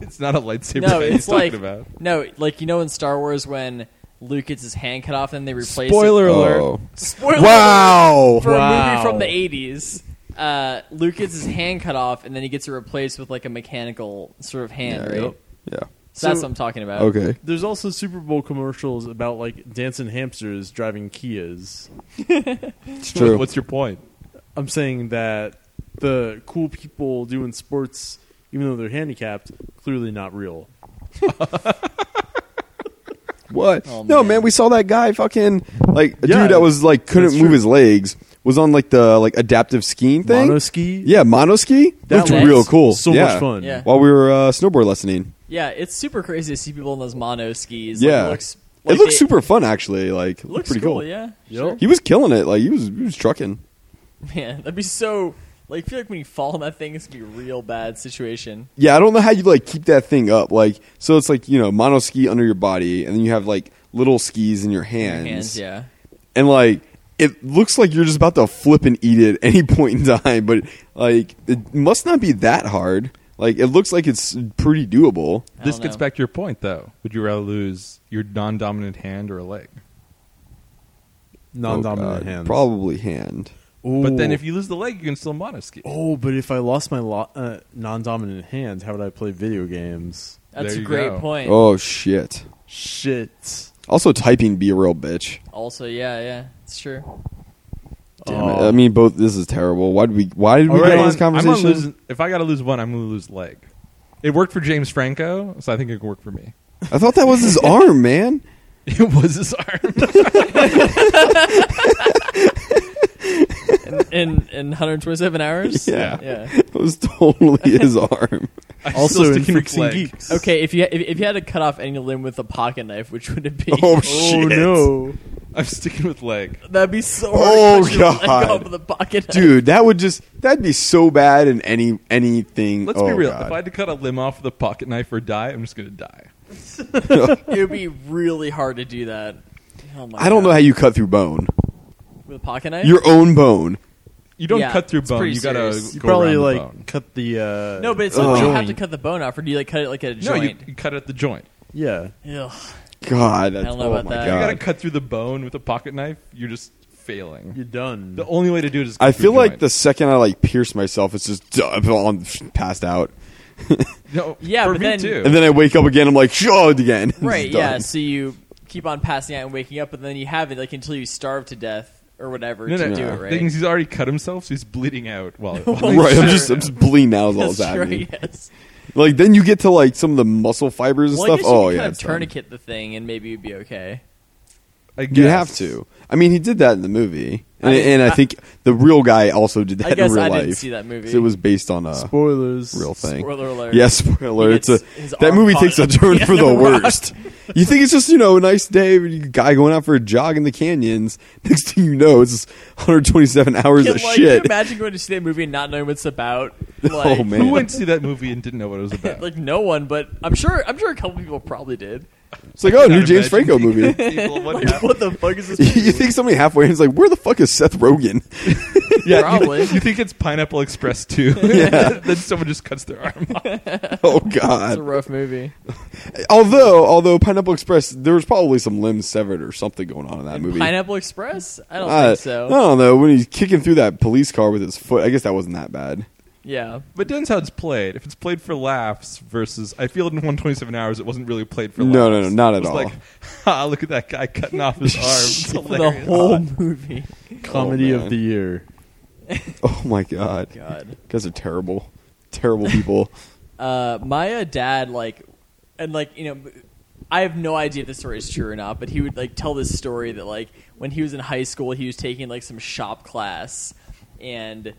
A: It's not a lightsaber.
B: no,
A: that
B: it's
A: he's
B: like
A: talking
B: [LAUGHS]
A: about.
B: no, like you know in Star Wars when Luke gets his hand cut off and they replace
A: Spoiler
B: it.
A: alert.
D: Oh.
B: Spoiler
D: Wow.
B: alert for a
C: Wow.
B: movie from the eighties. Uh, Luke gets his hand cut off and then he gets it replaced with like a mechanical sort of hand, right?
D: Yep. Yeah.
B: So, that's what
C: So-
B: I'm talking about.
D: Okay.
C: There's also Super Bowl commercials about like dancing hamsters driving Kias.
D: It's true.
A: What's your point?
C: I'm saying that the cool people doing sports, even though they're handicapped, clearly not real.
D: What?
B: Oh,
D: no,
B: man.
D: man. we saw that guy fucking like a
C: Yeah,
D: dude that was like couldn't
C: that's
D: move
C: true.
D: his legs was on like the like adaptive skiing thing.
C: Monoski?
D: Yeah, monoski.
C: That
D: Looked
B: was
D: real cool.
C: so
D: Yeah.
C: much fun.
B: Yeah.
D: While we were uh, snowboard lessoning,
B: Yeah, it's super crazy to see people in those mono skis.
D: yeah,
B: like, it looks.
D: it
B: like
D: looks
B: they-
D: super fun actually. Like it looked
B: Looks
D: pretty
B: cool,
D: cool.
B: yeah.
C: Yep.
D: He was killing it. Like he was he was trucking.
B: [LAUGHS] Man, that'd be so. Like, I feel like when you fall on that thing, it's gonna be a real bad situation.
D: Yeah, I don't know how you like keep that thing up. Like so, it's like you know monoski under your body, and then you have like little skis in your hands.
B: Hands, yeah.
D: and like it looks like you're just about to flip and eat it at any [LAUGHS] point in time but like it must not be that hard like it looks like it's pretty doable
B: I
A: This
B: don't
A: gets
B: know.
A: back to your point, though. Would you rather lose your non-dominant hand or a leg?
D: Oh,
C: Non-dominant
D: God.
C: hands.
D: probably hand
C: Ooh.
A: But then if you lose the leg, you can still monoski.
C: oh, but if I lost my lo- uh, non-dominant hand, how would I play video games?
B: That's
A: There
B: a
A: you
B: great
A: go.
B: point.
D: oh shit
C: Shit.
D: also typing be a real bitch
B: Also, yeah, yeah, it's true.
D: Damn it.
C: Oh.
D: i mean both this is terrible why did we why did we
A: All
D: get
A: right,
D: on this
A: I'm gonna
D: conversation
A: lose- if I got to lose one, I'm going to lose leg. It worked for James Franco, so I think it could work for me. [LAUGHS]
D: i thought that was his arm man
A: It was his arm. [LAUGHS]
B: In in 127 hours.
D: [LAUGHS] Yeah.
B: Yeah.
D: it
B: [LAUGHS]
D: was totally his arm
A: I'm
C: Also
A: still
C: in
A: sticking with
C: Freaks and
A: leg.
C: Geeks.
D: Oh,
B: Okay, if you if, if you had to cut off any limb with a pocket knife, which would it be? [LAUGHS]
D: oh shit
C: no.
A: I'm sticking with leg.
B: That'd be so. hard
D: Oh,
B: to cut your leg
D: God.
B: off with a pocket knife.
D: dude that would just that'd be so bad in any anything
A: Let's
D: oh,
A: be real.
D: God.
A: If I had to cut a limb off with a pocket knife or die, I'm just going to die.
B: it would be really hard to do that. Oh my
D: I don't
B: God.
D: know how you cut through bone
B: with a pocket knife.
D: your own bone
A: You don't
B: Yeah,
A: cut through
B: it's
A: bone.
B: pretty
A: You got to
B: serious.
A: go
C: You probably
A: around the
C: like
A: bone.
C: cut the uh
B: no, but it's
D: Ugh.
B: like you have
C: joint.
B: to cut the bone off, or do you like cut it like at a
A: No, you,
B: joint?
A: you cut at the joint.
C: yeah.
B: Ugh.
D: God, that's,
B: don't know
D: oh
B: about
D: my
B: that.
A: If you got to
D: God.
A: cut through the bone with a pocket knife. You're just failing.
C: You're done.
A: the only way to do it is. cut
D: I
A: through
D: feel like
A: joint.
D: the second I like pierce myself, it's just duh, I'm passed out,
A: No,
B: Yeah,
A: for
B: but
A: me
B: then-
A: too.
D: and then I wake up again. I'm like, oh, again, [LAUGHS] It's
B: Right,
D: done.
B: yeah. So you keep on passing out and waking up, and then you have it like until you starve to death or whatever
A: no,
B: to
A: no,
B: do
A: no.
B: it, right?
A: Things he's already cut himself, so he's bleeding out.
D: [LAUGHS]
A: While while
D: right,
A: he's
D: I'm just I'm just bleeding out. Is all
B: [LAUGHS] That's
D: that's happening.
B: true, yes.
D: Like then you get to like some of the muscle fibers and
B: Well, I
D: stuff.
B: guess you
D: oh
B: could
D: yeah,
B: kind of
D: it's done.
B: tourniquet the thing, and maybe you'd be okay.
A: I guess.
D: You have to. I mean, he did that in the movie, and, and I, think the real guy also did
B: I
D: that
B: guess
D: in real
B: I
D: life.
B: didn't see that movie.
D: 'Cause It was based on a
C: Spoilers.
D: real thing.
B: Spoiler alert.
D: Yeah, spoiler.
B: He
D: It's a
B: gets his
D: that
B: arm
D: movie
B: caught
D: takes a
B: in- [LAUGHS]
D: turn
B: yeah,
D: for the
B: the rock.
D: worst. You think it's just you know a nice day, a guy going out for a jog in the canyons. [LAUGHS] Next thing you know, it's 127 hours
B: Can,
D: of
B: like, Can you
D: shit.
B: imagine going to see that movie and not knowing what it's about? Like,
D: [LAUGHS] Oh
A: [LAUGHS]
D: man,
A: Who went to see that movie and didn't know what it was about?
B: Like no one, but I'm sure. I'm sure a couple people probably did.
D: it's like [LAUGHS] oh, new
A: Not
D: James
A: imagine
B: [LAUGHS]
D: Franco
A: people-
D: movie.
A: people, what
B: Like,
A: happened?
B: [LAUGHS] what the fuck is
D: [LAUGHS]
B: this? Movie?
D: you think somebody halfway and is like, where the fuck is Seth
B: [LAUGHS]
D: Rogen?
A: Yeah, you-
B: Probably.
A: You, think it's Pineapple Express
D: [LAUGHS]
A: too? [LAUGHS] then someone just cuts their arm off.
D: oh
B: It's a
D: god.
B: rough movie.
D: Although, although Pineapple Express, there was probably some limbs severed or something going on in that movie.
B: Pineapple Express? I don't
D: Uh,
B: think so.
D: I don't know. When he's kicking through that police car with his foot, I guess that wasn't that bad. [LAUGHS]
B: Yeah.
A: But it depends how it's played. If it's played for laughs versus, I feel in 127 hours it wasn't really played for laughs.
D: No, no, no, not at
A: it was
D: all.
A: Like, [LAUGHS] ha! Look at that guy cutting off
D: [LAUGHS]
A: his arm. It's
B: For the
A: hilarious. [LAUGHS]
B: [LAUGHS] whole movie.
C: Comedy
D: Oh, man.
C: of the year.
D: Oh my god, you
B: God.
D: guys are terrible, terrible people.
B: [LAUGHS] Uh, my uh, dad, like, and like, you know, I have no idea if this story is true or not, but he would like tell this story that like when he was in high school, he was taking like some shop class, and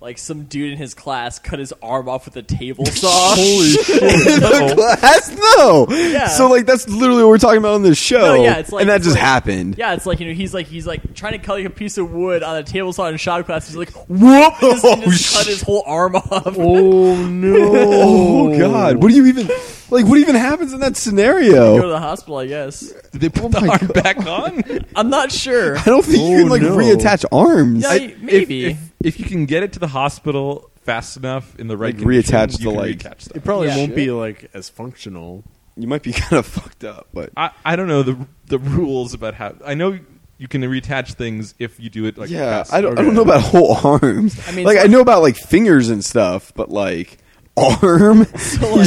B: like some dude in his class cut his arm off with a [LAUGHS] table saw.
D: In [LAUGHS] the class, no.
B: Yeah.
D: So like that's literally what we're talking about on this show.
B: No, yeah, it's like-
D: and that
B: it's
D: just
B: like-
D: happened.
B: Yeah, it's like you know he's like he's like trying to cut like a piece of wood on a table saw in shop class. He's like, whoop! And just, and [LAUGHS]
D: Oh, [LAUGHS]
B: just cut his whole arm off. [LAUGHS]
C: Oh no!
D: Oh god, what do you even like? What even happens in that scenario?
B: Go to the hospital, I guess.
A: Did they
D: oh
A: put the arm back
D: [LAUGHS]
A: on?
B: I'm not sure.
D: I don't think you
C: Oh,
D: can like
C: no.
D: reattach arms.
B: Yeah,
A: I-
B: maybe.
A: If, if, if you can get it to the hospital fast enough in the right
D: Like, reattach
A: condition, you
D: the,
A: can
D: like-
A: reattach the
C: It probably
B: Yeah.
C: won't be like as functional.
D: you might be [LAUGHS] kind of fucked up, but
A: I, I don't know the the rules about how I know you can reattach things if you do it like
D: yeah,
A: fast.
D: I don't, I
A: Okay.
D: don't know about whole [LAUGHS] arms. I
B: I
D: mean,
B: mean,
D: like
B: so-
D: I know about like fingers and stuff, but like
B: [LAUGHS]
D: arm,
B: like-
D: [LAUGHS]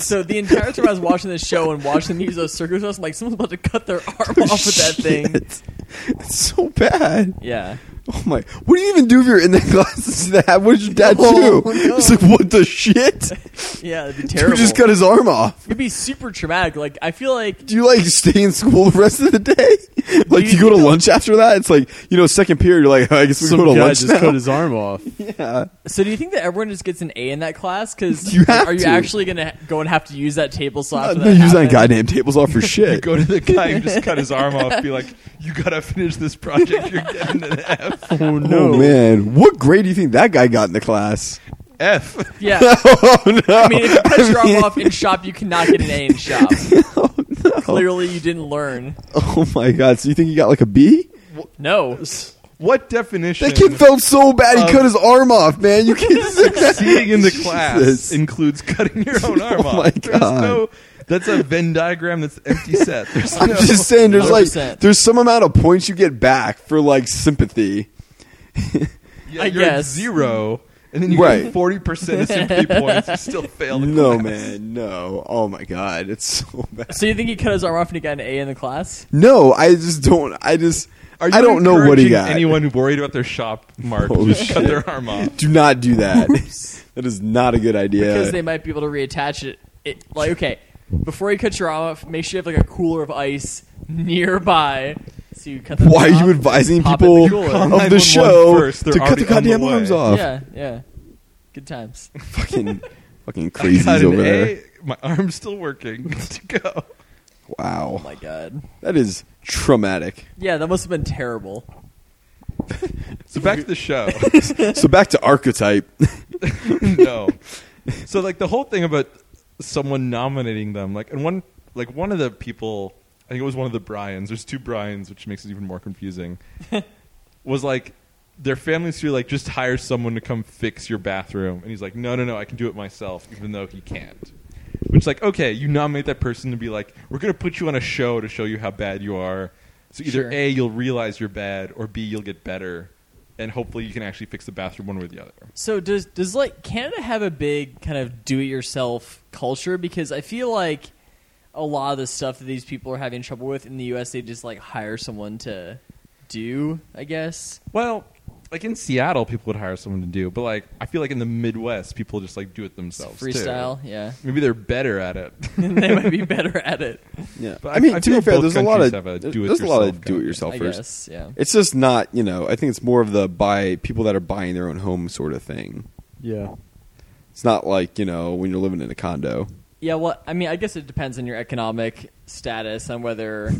B: [LAUGHS] So the entire time I was watching this show and watching them use those circus wheels, I'm like, someone's about to cut their [LAUGHS] arm off with that thing.
D: [LAUGHS] Shit. It's so bad.
B: Yeah.
D: Oh my! What do you even do if you're in that [LAUGHS] glasses?
B: [LAUGHS]
D: That [LAUGHS] what does your dad
B: Oh,
D: do?
B: no.
D: It's like what
B: [LAUGHS]
D: the shit?
B: Yeah, it'd be
D: You
B: terrible.
D: just cut his arm off.
B: It'd be super traumatic. Like, I feel like
D: Do you like stay in school the rest of the
B: [LAUGHS]
D: day? Like do
B: you
D: you go to lunch after that? It's like you know second period. You're like I guess we
C: Some
D: go to
C: guy
D: lunch
C: just
D: now.
C: cut his arm off.
D: [LAUGHS] yeah.
B: So do you think that everyone just gets an A in that class? Because
D: [LAUGHS] You have
B: are you
D: to.
B: actually going to go and have to use that table saw?
D: Uh,
B: after
D: no,
B: that
D: use that
B: happened?
D: goddamn
B: [LAUGHS]
D: tables off
A: [LAUGHS]
D: for
A: You
D: shit.
A: go to the guy who
D: [LAUGHS]
A: just cut his arm off, be like, "You gotta finish this project. You're getting an F."
D: [LAUGHS]
C: Oh
D: Oh man, what grade do you think that guy got in the class?
A: F.
B: Yeah,
D: [LAUGHS] Oh no!
B: I mean, if you cut your
D: mean-
B: arm off in shop, you cannot get an A in
D: [LAUGHS]
B: shop. Clearly, you didn't learn.
D: Oh my god! So you think he got like a B?
B: No,
A: What definition?
D: That kid felt so bad he
A: Um,
D: cut his arm off, man. You can't say that.
A: Succeeding in the class
D: Jesus.
A: includes cutting your own arm
D: [LAUGHS] Oh
A: off.
D: my
A: There's
D: God.
A: no. That's a Venn diagram. That's empty set. There's
D: [LAUGHS] I'm
A: no,
D: just saying, there's like
B: 100%.
D: there's some amount of points you get back for like sympathy.
A: Yeah,
B: I
A: you're at
B: guess.
A: zero, and then you
D: Right.
A: get forty percent
D: [LAUGHS]
A: of sympathy points. You still fail. The
D: No,
A: class.
D: man, no. Oh my god, it's [LAUGHS] so bad.
B: so you think he cut his arm off and he got an A in the class?
D: No, I just don't. I just
A: Are you
D: I don't know what he
A: encouraging
D: got.
A: Anyone who worried about their shop mark
D: Oh,
A: to cut
D: shit.
A: their arm off.
D: Do not do that. [LAUGHS] that is not a good idea.
B: Because they might be able to reattach it. it. Like, okay, before you cut your arm off, make sure you have like a cooler of ice nearby. So you cut. That
D: Why are
B: off,
D: you advising
B: pop it in the
D: people
B: cooler.
A: Call
D: of
A: 911
D: the show
A: first, they're
D: to cut the
A: already on the
D: goddamn
A: way.
D: arms off?
B: Yeah, yeah. Good
D: [LAUGHS]
B: times.
A: [LAUGHS]
D: Fucking, fucking
A: I got
D: crazies
A: an
D: over
A: A.
D: there.
A: My arm's still working. [LAUGHS] Good to go.
D: Wow,
B: Oh my god.
D: that is traumatic.
B: Yeah, that must have been terrible.
A: So back to the show.
D: so back
A: [LAUGHS]
D: to archetype.
A: no. So like the whole thing about someone nominating them, like and one like one of the people, I think it was one of the Bryans. There's two Bryans, which makes it even more confusing. was like their families feel like just hire someone to come fix your bathroom, and he's like, no, no, no, I can do it myself, even though he can't. Which like okay, you nominate that person to be like, we're gonna put you on a show to show you how bad you are. So either
B: Sure.
A: a you'll realize you're bad, or b you'll get better, and hopefully you can actually fix the bathroom one way or the other.
B: So does does like Canada have a big kind of do it yourself culture because I feel like a lot of the stuff that these people are having trouble with in the US they just like hire someone to do, I guess.
A: Well, like in Seattle, people would hire someone to do, but like I feel like in the Midwest, people just like do it themselves. too.
B: Freestyle, yeah. [LAUGHS]
A: Maybe they're better at it. [LAUGHS]
B: they might be better at it.
D: Yeah,
A: But
D: I mean,
A: I
D: to
A: feel
D: be fair,
A: both
D: there's a lot
A: countries
D: of
A: have a
D: there's-
A: do-it-yourself
D: there's a lot
A: kind
D: of
A: of
D: do it yourselfers.
B: I guess, yeah.
D: It's just not, you know, I think it's more of the buy people that are buying their own home sort of thing.
C: Yeah.
D: It's not like, you know, when you're living in a condo.
B: Yeah, well, I mean, I guess it depends on your economic status
A: [LAUGHS]
B: and whether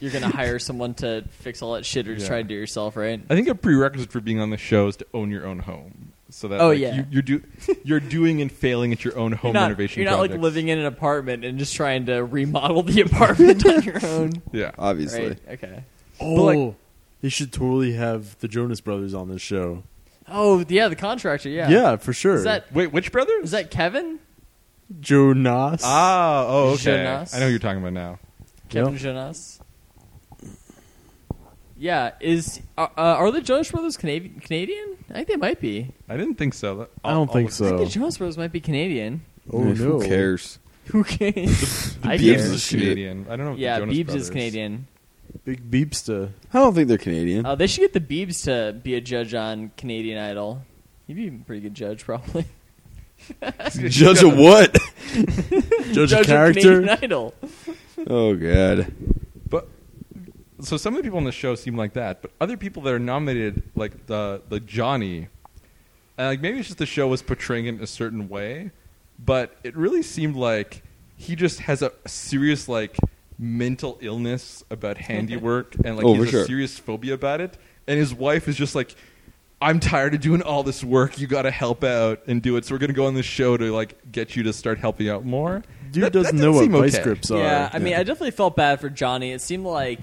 B: you're going to hire someone to fix all that shit or just
A: Yeah.
B: try to do it yourself, right?
A: I think a prerequisite for being on the show is to own your own home. So that
B: Oh,
A: like,
B: yeah.
A: you, you're
B: [LAUGHS]
A: do you're doing and failing at your own home
B: you're not,
A: renovation.
B: You're not like
A: projects.
B: living in an apartment and just trying to remodel the [LAUGHS] apartment
A: [LAUGHS]
B: on your own.
A: Yeah,
D: Obviously,
B: Right? Okay.
C: Oh,
A: like-
C: they should totally have the Jonas Brothers on this show.
B: Oh yeah, the contractor. Yeah.
C: Yeah, for sure.
B: Is that
A: Wait, which brothers?
B: is that Kevin?
C: Jonas?
A: ah? Oh, okay.
B: Jonas?
A: I know who you're talking about now.
B: Kevin Jonas. Yeah. Is uh, uh, are the Jonas Brothers Canadian? Canadian? I think they might be.
A: I didn't think so. That-
C: I don't
A: I'll-
C: think
A: I'll-
C: so.
B: I think the Jonas Brothers might be Canadian.
C: oh
D: Eh,
C: no,
D: Who cares?
B: Who cares? I care.
D: Biebs
A: Biebs is
D: Shit.
A: Canadian. I don't know. if Oh, the
B: Yeah,
A: Jonas
B: Biebs
A: Brothers. [LAUGHS]
B: is Canadian.
C: Big beepsta.
D: I don't think they're Canadian.
B: Uh, they should get the Biebs to be a judge on Canadian Idol. He'd be a pretty good judge, [LAUGHS] probably.
D: Judge of what?
C: [LAUGHS] Judge,
B: judge
C: of
B: Of
C: character.
B: Canadian Idol.
D: oh god.
A: But so some of the people on the show seem like that, but other people that are nominated, like the the Johnny, and like maybe it's just the show was portraying it in a certain way, but it really seemed like he just has a serious like mental illness about
D: [LAUGHS]
A: handiwork and like
D: Oh,
A: he
D: for
A: has
D: sure.
A: a serious phobia about it, and his wife is just like. I'm tired of doing all this work. You got to help out and do it. So we're going to go on this show to like get you to start helping out more.
C: Dude
A: That- that
C: doesn't
A: didn't
C: know what
A: seem
C: vice
A: okay.
C: grips are.
B: Yeah, I mean, I definitely felt bad for Johnny. It seemed like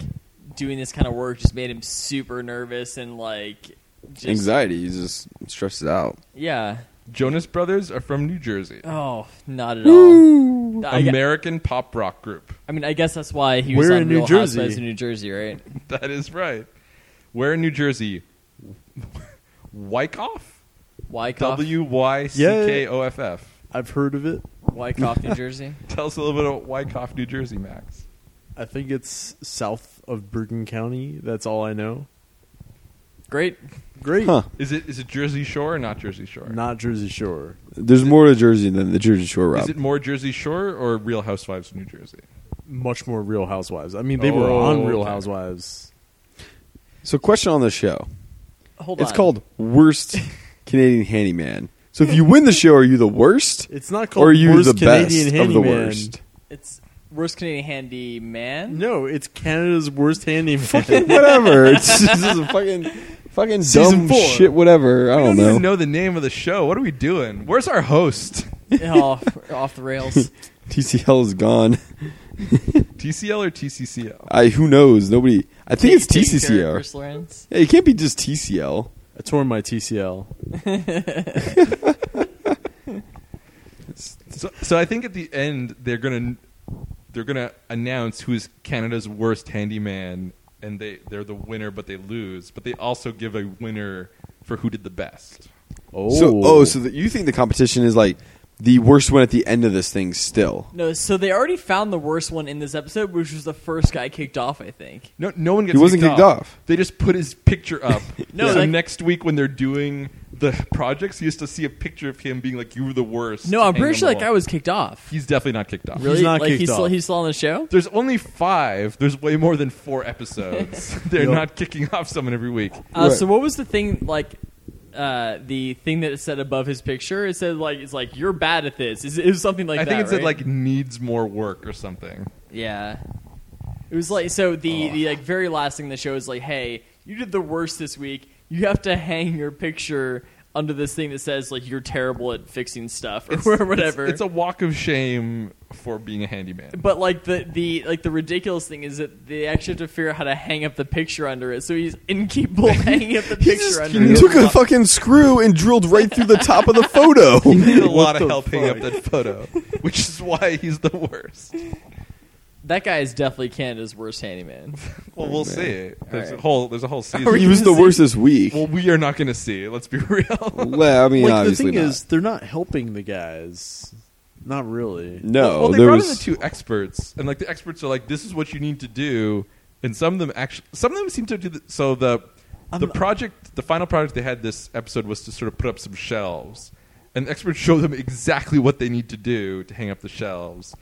B: doing this kind of work just made him super nervous and like just,
D: Anxiety. You just stress it out.
B: Yeah.
A: Jonas Brothers are from New Jersey.
B: Oh, not at all. I, gu-
A: American pop rock group. [LAUGHS]
B: I mean, I guess that's why he was
C: We're
B: on
C: in New
B: Real
C: Jersey.
B: Housewives of New Jersey, right?
A: That is right. Where in New Jersey? Wyckoff?
B: Wyckoff,
A: W Y C K O F F.
C: I've heard of it.
B: Wyckoff, New Jersey.
A: Tell us a little bit about Wyckoff, New Jersey, Max.
C: I think it's south of Bergen County. That's all I know.
B: Great.
C: Great.
D: Huh.
A: Is it is it Jersey Shore or not Jersey Shore?
C: Not Jersey Shore.
D: There's more to Jersey than the Jersey Shore, Rob.
A: Is it more Jersey Shore or Real Housewives of New Jersey?
C: Much more Real Housewives. I mean, they were
A: Oh,
C: on Real
A: okay.
C: Housewives.
D: so, question on the show.
B: Hold on.
D: It's called Worst Canadian Handyman. So, if you win the show, are you the worst?
C: It's not called
D: Or are you
C: Worst
D: the
C: Canadian
D: best of
C: Handyman.
D: the worst?
B: It's worst Canadian handy
C: [LAUGHS]
B: man.
C: No, it's Canada's worst handyman.
D: [LAUGHS] whatever. It's this is a fucking fucking
C: Season
D: dumb
C: four.
D: shit. Whatever. I
A: I
D: don't,
A: don't
D: know.
A: even know the name of the show. What are we doing? Where's our host?
B: oh, we're off the rails.
D: TCL is gone.
A: TCL or TCCL?
D: I who knows. Nobody. I think it's
B: Taking care of
D: TCCR.
B: Chris Lawrence.
D: Yeah, it can't be just TCL.
C: I tore my TCL.
A: So, so I think at the end they're gonna they're gonna announce who's Canada's worst handyman, and they they're the winner, but they lose. But they also give a winner for who did the best.
C: Oh,
D: So oh, so that you think the competition is like the worst one at the end of this thing? Still,
B: [LAUGHS] No, so they already found the worst one in this episode, which was the first guy kicked off, I think.
A: No, no one gets.
D: wasn't kicked off.
A: They just put his picture
D: [LAUGHS]
A: up.
B: No,
A: so
B: like-
A: next week when they're doing the projects, he has to see a picture of him being like, "You were the worst."
B: No, I'm
A: hang
B: pretty
A: on
B: sure
A: the
B: that
A: wall."
B: guy was kicked off.
A: He's definitely not kicked off.
B: really?
C: not
B: like
C: kicked
B: he's still
C: off.
B: he's still on the show?
A: There's only five. There's way more than four episodes. [LAUGHS] They're
C: Yep.
A: not kicking off someone every week.
B: Uh,
D: Right.
B: So what was the thing like? Uh, the thing that it said above his picture, it said like it's like you're bad at this. Is it was something like
A: I
B: that?
A: think it said
B: right?
A: like needs more work or something.
B: yeah. It was like so
A: Oh.
B: the the like very last thing the show is like, hey, you did the worst this week. You have to hang your picture under this thing that says like you're terrible at fixing stuff [LAUGHS] or whatever.
A: It's, it's a walk of shame for being a
B: [LAUGHS]
A: handyman.
B: But like the the like the ridiculous thing is that they actually have to figure out how to hang up the picture under it. So he's
A: [LAUGHS]
B: incapable of hanging up the
D: he
B: picture under
A: he
B: it.
D: took a fucking screw and drilled right through the
A: [LAUGHS]
D: top of the photo.
A: He needed a lot of
C: the
A: help hanging up
C: fuck?
A: that photo, which is why he's the worst.
B: That guy is definitely Canada's
A: [LAUGHS]
B: worst handyman.
A: Well, we'll
D: man.
A: see. There's a
B: Alright.
A: whole there's a whole
D: [LAUGHS] he
A: season.
D: was the worst this week.
A: Well, we are not going to see. Let's be [LAUGHS] real.
D: Well, I mean,
C: like, the
D: obviously
C: thing
D: not.
C: is, they're not helping the guys. Not really.
D: no.
A: well, they
D: there
A: brought
D: was,
A: in the two experts, and like the experts are like, "This is what you need to do," and some of them actually, some of them seem to do. The, so the the project, the final project they had this episode was to sort of put up some shelves, and the experts show them exactly what they need to do to hang up the shelves,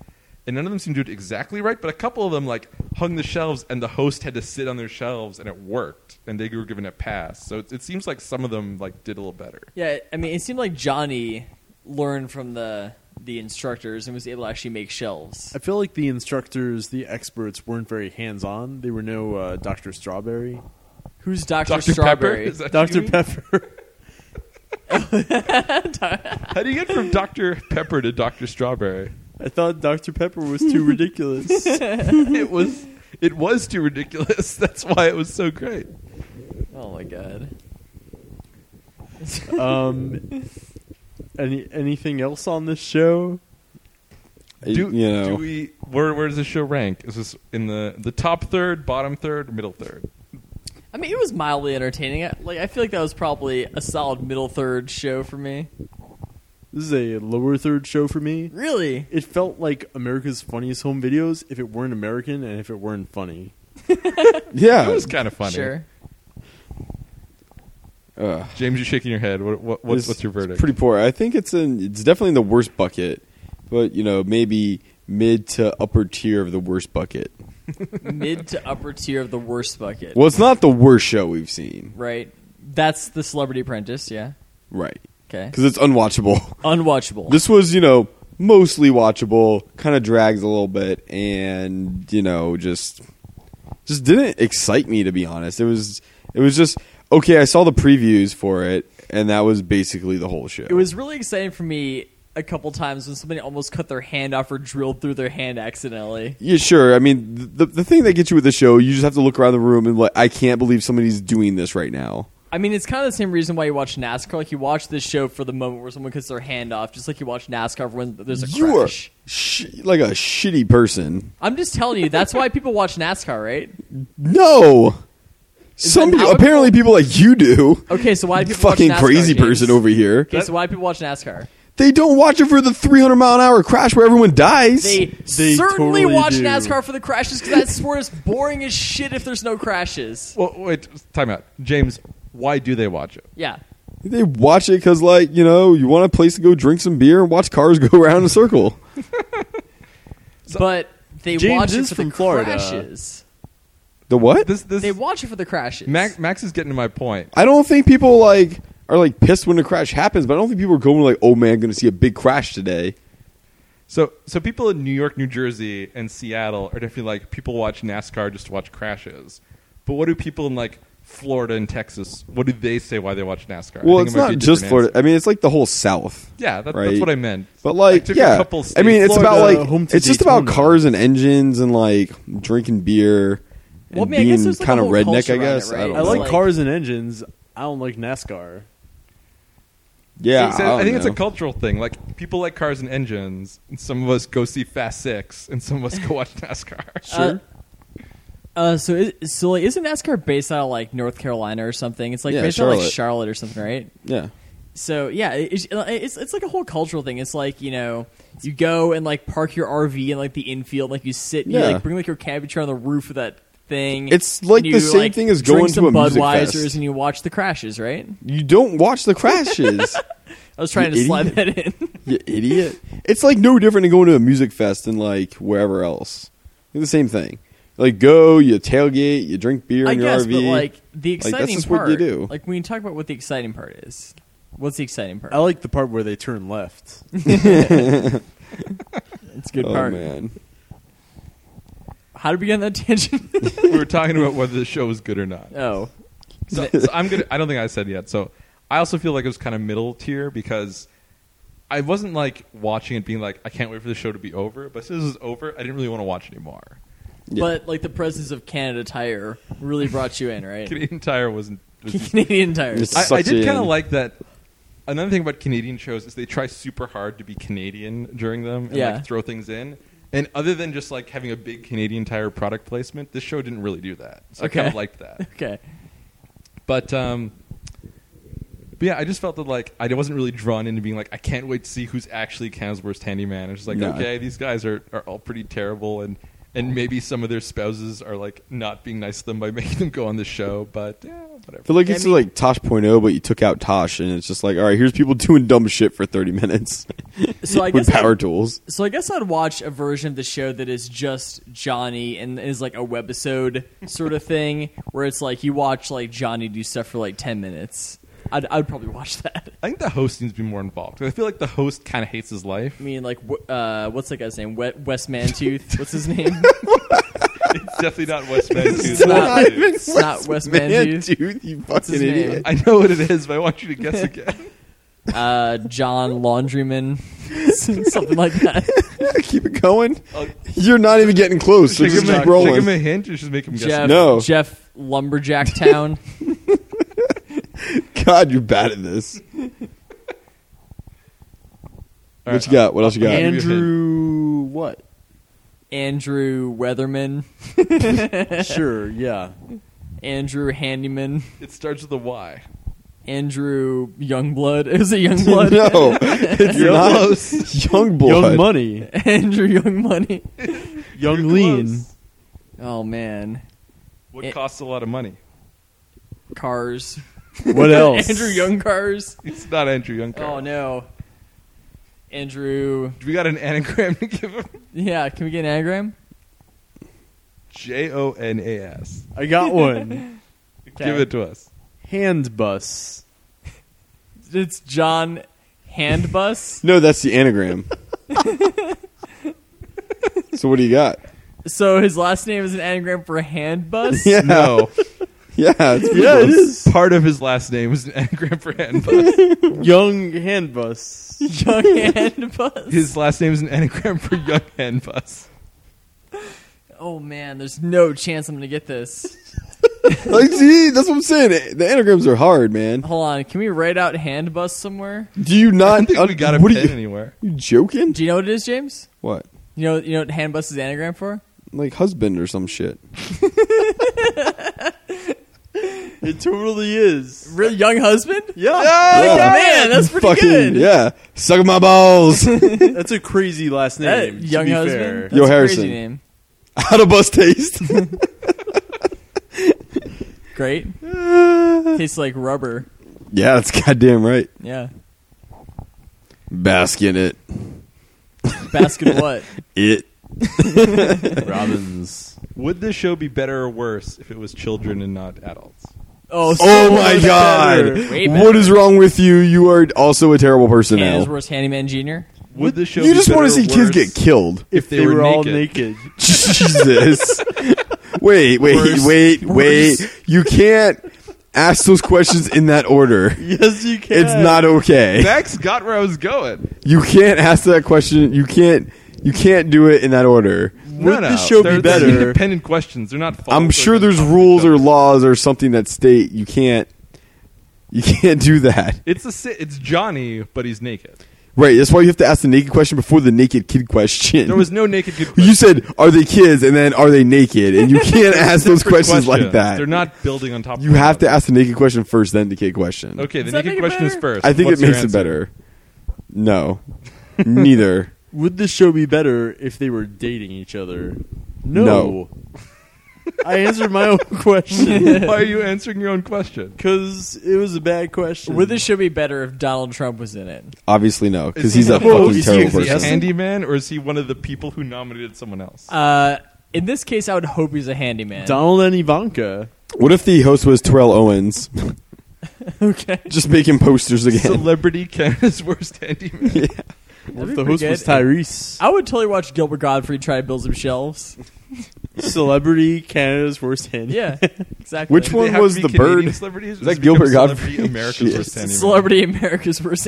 A: and none of them seemed to do it exactly right. But a couple of them like hung the shelves, and the host had to sit on their shelves, and it worked, and they were given a pass. So it, it seems like some of them like did a little
D: [LAUGHS]
A: better.
B: Yeah, I mean, it seemed like Johnny learned from the the instructors and was able to actually make shelves.
A: Uh,
C: I feel like the instructors, the experts, weren't very hands on. They were no uh, Dr. Strawberry,
B: Who's Doctor
A: Dr. Pepper?
B: Strawberry?
A: Is that
C: Dr.
A: you mean?
C: Pepper. [LAUGHS]
A: How do you get from Dr. Pepper to Dr. Strawberry?
C: I thought Dr. Pepper
D: [LAUGHS]
C: was too ridiculous.
A: It was it was too ridiculous. [LAUGHS] That's why it was so great.
B: oh my
D: [LAUGHS]
B: god!
C: Um, any anything else on this show?
A: Do,
D: you know,
A: do we where where does this show rank? Is this in the the top third, bottom third, middle third?
B: I mean, it was mildly entertaining. I- Like, I feel like that was probably a solid middle third show for me.
C: This is a lower third show for me.
B: Really?
C: It felt like America's Funniest Home Videos if it weren't American and if it weren't funny.
A: That
D: yeah.
A: was kind of funny.
B: Sure.
D: Ugh.
A: James, you're shaking your head. What, what what's
D: It's-
A: what's your
D: it's
A: verdict?
D: pretty poor. I think it's in. It's definitely in the worst bucket, but you know maybe mid to upper tier of the worst bucket.
B: Mid to upper tier of the worst bucket.
D: Well, it's not the worst show we've seen,
B: Right. That's the Celebrity Apprentice. Yeah.
D: right?
B: Okay.
D: Because it's unwatchable. [LAUGHS]
B: Unwatchable.
D: This was you know mostly watchable. Kind of drags a little bit, and you know just just didn't excite me to be honest. It was it was just okay. I saw the previews for it, and that was basically the whole show.
B: It was really exciting for me a couple times when somebody almost cut their hand off or drilled through their hand accidentally.
D: Yeah, sure. I mean, th- the the thing that gets you with the show, you just have to look around the room and like, I can't believe somebody's doing this right now.
B: I mean, it's kind of the same reason why you watch NASCAR. Like you watch this show for the moment where someone cuts their hand off, just like you watch NASCAR for when there's a
D: You are
B: crash.
D: sh- like a shitty person.
B: I'm just telling you, that's
D: [LAUGHS]
B: why people watch NASCAR, right?
D: No, some
B: that
D: people,
B: how it-
D: apparently people like you do.
B: Okay, so why do people watch
D: Fucking
B: NASCAR,
D: crazy
B: James?
D: person over here.
B: Okay, so why do people watch NASCAR?
D: They don't watch it for the 300 mile an hour crash where everyone dies.
B: They,
C: They
B: certainly
C: totally
B: watch
C: do.
B: NASCAR for the crashes because that sport is boring as shit if there's no crashes.
A: well, wait, time out. James, why do they watch it?
B: Yeah.
D: They watch it because, like, you know, you want a place to go drink some beer and watch cars [LAUGHS] go around in a circle.
B: but they
C: James
B: watch it
C: is
B: for
C: from
B: the
C: Florida.
B: crashes.
D: The what?
A: This this
B: They watch it for the crashes.
A: Max, Max is getting to my point.
D: I don't think people like are like pissed when a crash happens, but I don't think people are going like, "Oh man, I'm going to see a big crash today."
A: So so people in New York, New Jersey, and Seattle are definitely like people watch NASCAR just to watch crashes. But what do people in like Florida and Texas? What do they say why they watch NASCAR? I
D: Well,
A: think
D: it's
A: it might be a
D: not just
A: different
D: Florida.
A: answer.
D: I mean, it's like the whole South.
A: Yeah, that,
D: right?
A: that's what I meant.
D: But like,
A: I took a
D: yeah,
A: couple
D: I mean, it's
A: states.
D: about
C: Florida,
D: like
C: home to
D: it's just about
C: Daytona.
D: cars and engines and like drinking beer and
B: Well, I mean, I guess
D: being
B: there's, like,
D: kind
B: a
D: of
B: whole
D: redneck.
B: culture
D: I
B: around it,
D: guess
B: right?
D: I don't
C: I like
D: know.
B: Like-
C: cars and engines. I don't like NASCAR.
D: Yeah,
A: So- so
D: I,
A: I, think it's a
D: cult.
A: cultural thing. Like people like cars and engines, and some of us go see Fast Six, and some of us go watch [LAUGHS] NASCAR.
B: Uh, uh, so is, so like isn't NASCAR based out of like North Carolina or something? It's like
D: Yeah,
B: based out of like
D: Charlotte.
B: Charlotte or something, right?
D: Yeah,
B: So yeah, it, it's- it's it's like a whole cultural thing. It's like you know you go and like park your RV in like the infield, like you sit, and
D: Yeah.
B: you like bring like your canopy chair on the roof of that thing.
D: It's like
B: and
D: the
B: you,
D: same
B: like,
D: thing as
B: drink
D: going to
B: some
D: a music
B: Budweisers
D: fest.
B: and you watch the crashes, right?
D: you don't watch the crashes.
B: [LAUGHS] I was trying
D: You
B: to slide
D: idiot.
B: that
D: [LAUGHS]
B: in.
D: you idiot. It's like no different than going to a music fest than like wherever else. It's the same thing. Like go, you tailgate, you drink beer
B: I
D: in your
B: guess,
D: RV.
B: but like the
D: Like, that's
B: exciting
D: just
B: part,
D: what you do.
B: like we can talk about what the exciting part is. What's the exciting part?
C: I like the part where they turn
B: [LAUGHS]
C: left.
B: it's a good
D: oh
B: part.
D: man,
B: How did we get on that tangent?
D: [LAUGHS]
B: [LAUGHS]
A: we were talking about whether the show was good or not.
B: oh,
A: So, so I'm gonna. I don't think I said yet. So I also feel like it was kind of middle tier because I wasn't like watching it, being like, I can't wait for the show to be over. But since it was over, I didn't really want to watch anymore.
D: Yeah.
B: but like the presence of Canada Tire really brought you in,
D: [LAUGHS]
B: right? [LAUGHS]
A: Canadian Tire wasn't. was just-
B: Canadian Tire.
D: It's-
A: I, I
D: Sucks you
A: did kind of
D: in.
A: like that. Another thing about Canadian shows is they try super hard to be Canadian during them and
B: Yeah.
A: like throw things in. And other than just like having a big Canadian Tire product placement, this show didn't really do that. So I kind of
B: Okay.
A: liked that.
B: [LAUGHS] Okay.
A: But um, but yeah, I just felt that like I wasn't really drawn into being like I can't wait to see who's actually Canada's worst handyman. It's just like
D: No.
A: okay, these guys are, are all pretty terrible, and and maybe some of their spouses are like not being nice to them by [LAUGHS] making them go on the show, but yeah, whatever.
D: feel like
B: Yeah,
D: it's
B: I mean-
D: like Tosh Point oh, but you took out Tosh, and it's just like, all right, here's people [LAUGHS] doing dumb shit for 30 minutes
B: So I
D: [LAUGHS] with
B: guess I-
D: power tools.
B: So I guess I'd watch a version of the show that is just Johnny and is like a webisode sort of thing, where it's like you watch like Johnny do stuff for like ten minutes. I'd, I'd probably watch [LAUGHS] that.
A: I think the host needs to be more involved. I feel like the host kind of hates his life. [LAUGHS]
B: I mean, like, wh- uh, what's that guy's name? Wet West Mantooth. What's his
D: [LAUGHS]
B: name?
A: It's definitely not West Bend. too.
B: It's not-
A: It's Bend.
B: it's not West Mandu.
D: dude. You
B: What's his
D: fucking idiot.
A: I know what it is, but I want you to
D: [LAUGHS]
A: guess again.
B: Uh, John Laundryman, [LAUGHS] something like
D: [LAUGHS]
B: that.
D: Keep it going.
B: Oh.
A: I'll-
D: You're not even getting close.
A: Should
D: So
A: I give
D: just
A: him, a,
D: keep
A: should I give him a
D: rolling.
A: hint or just make him guess?
B: Jeff,
A: again?
D: No.
B: Jeff Lumberjack Town. [LAUGHS]
D: God, you're bad at this.
A: All
D: What
A: right,
D: you got? What else
B: uh,
D: you got?
A: I'll give you a hint.
C: Andrew, what?
B: Andrew
D: [LAUGHS]
B: Weatherman. [LAUGHS]
C: sure, yeah.
B: Andrew Handyman.
A: It starts with a Y.
B: Andrew Youngblood. [LAUGHS] Is it Youngblood?
D: [LAUGHS] no, it's
C: You're
D: not
C: close.
D: Young Blood.
C: Young Money,
B: [LAUGHS] Andrew Young Money.
A: You're
C: Young Lean,
A: close.
B: Oh man,
A: What
B: It-
A: costs a lot of money? [LAUGHS]
B: Cars. [LAUGHS]
C: What else?
B: Andrew Young Cars.
A: It's not Andrew Young.
B: Oh no, Andrew.
A: We got an anagram to give him.
B: Yeah, can we get an anagram?
A: J O N A S.
C: I got one.
A: Give it to us.
C: Hand bus.
B: It's John Handbus.
D: No, that's the anagram. so what do you got?
B: so his last name is an anagram for Handbus.
D: [LAUGHS] Yeah,
A: No.
D: yeah, it's pretty
C: Yeah, it
D: close.
C: is
A: Part of his last name is an anagram for
D: [LAUGHS]
A: handbus.
C: Young Hand bus.
B: Young Handbus.
A: His last name is an anagram for young handbus.
B: oh man, there's no chance I'm gonna get this.
D: Like, see, that's what I'm saying. The anagrams are hard, man.
B: Hold on, can we write out Handbus somewhere?
D: Do you
A: I
D: not?
A: don't think we got a
D: what
A: pen
D: are you,
A: anywhere.
D: you joking?
B: Do you know what it is, James?
D: What?
B: You know, you know what Handbus is anagram for?
D: Like husband or some shit?
C: It totally is.
B: [LAUGHS] Real young husband? Oh,
C: Yeah.
D: Yeah.
B: man, that's pretty
D: Fucking
B: good.
D: yeah. Suck my balls. [LAUGHS]
C: That's a crazy last
B: That-
C: name.
B: young
C: to be
B: husband.
C: fair.
B: That's
D: Yo,
B: a
D: Harrison.
B: Crazy name.
D: Out of bus taste. [LAUGHS]
B: Great.
D: [LAUGHS] yeah,
B: Tastes like rubber.
D: that's goddamn right.
B: Yeah.
D: Bask in it.
B: Basket of what?
D: It.
C: [LAUGHS] Robbins.
A: Would this show be better or worse if it was children and not adults?
B: Oh, so
D: [LAUGHS] Oh my
B: much
D: god.
B: better. Way better.
D: What is wrong with you? You are also a terrible person
B: Hannah's
D: now.
B: worst handyman junior.
A: Would this show
D: You
A: be
D: just
A: better
D: want
A: or
D: to see kids
A: worse [LAUGHS]
D: get killed.
A: if
C: They, were, all naked. [LAUGHS]
D: Jesus. Wait, wait,
A: Worse. [LAUGHS]
D: wait,
B: Worse.
D: wait. You can't ask those questions in that order.
C: yes, you can.
D: It's not okay.
A: Max got where I was going.
D: You can't ask that question. You can't. You can't do it in that order.
A: no,
C: Would
A: no.
C: this show
A: They're-
C: be
A: they're
C: better?
A: Independent questions. They're not.
D: I'm
A: false.
D: sure
A: They're
D: there's
A: not
D: rules or
A: each other.
D: laws or something that state you can't. You can't do that.
A: It's a. si- It's Johnny, but he's naked.
D: Right. That's why you have to ask the naked question before the naked kid question.
A: There
D: [LAUGHS]
A: was no naked kid.
D: you said, "Are they kids?" and then, "Are they naked?" And you
A: [LAUGHS]
D: can't ask those
A: Different
D: questions like
A: questions.
D: that.
A: They're not building on top. of
D: You
A: one
D: have to
A: another.
D: ask the naked question first, then the kid question.
A: Okay, the
B: Does that
A: naked
B: make it
A: question is
B: better?
A: first.
D: I think
A: What's
D: it
A: your
D: makes it
A: answer?
D: better. No, neither.
C: Would this show be better if they were dating each other? No.
D: No.
C: I answered my [LAUGHS] own question
A: [LAUGHS] Why are you answering your own question?
D: [LAUGHS]
C: because it was a bad question.
B: Would this show be better if Donald Trump was in it?
D: Obviously, no, because
A: Is
D: he's
A: he-
D: a
A: Whoa,
D: fucking
A: is
D: terrible
A: he, Is he
D: person.
A: handyman, or is he one of the people who nominated someone else?
B: Uh, in this case, I would hope he's a handyman.
C: Donald and Ivanka.
D: What if the host was Terrell Owens?
B: [LAUGHS]
D: [LAUGHS]
B: okay.
D: Just making posters again.
A: Celebrity Canada's worst handyman.
D: [LAUGHS] Yeah.
C: What
B: be
C: if the
B: pretty
C: host was
B: good.
C: Tyrese?
B: I would totally watch Gilbert Godfrey try to build some shelves.
D: [LAUGHS]
C: Celebrity Canada's worst handy.
B: Yeah, exactly.
D: Which
A: They
D: one
A: have
D: was
A: to
D: the
A: be Canadian
D: bird?
A: Celebrities, or
D: Is that
A: does it become
D: Gilbert Godfrey?
A: Celebrity America's
D: [LAUGHS] Shit.
A: worst handyman.
B: Celebrity America's Worst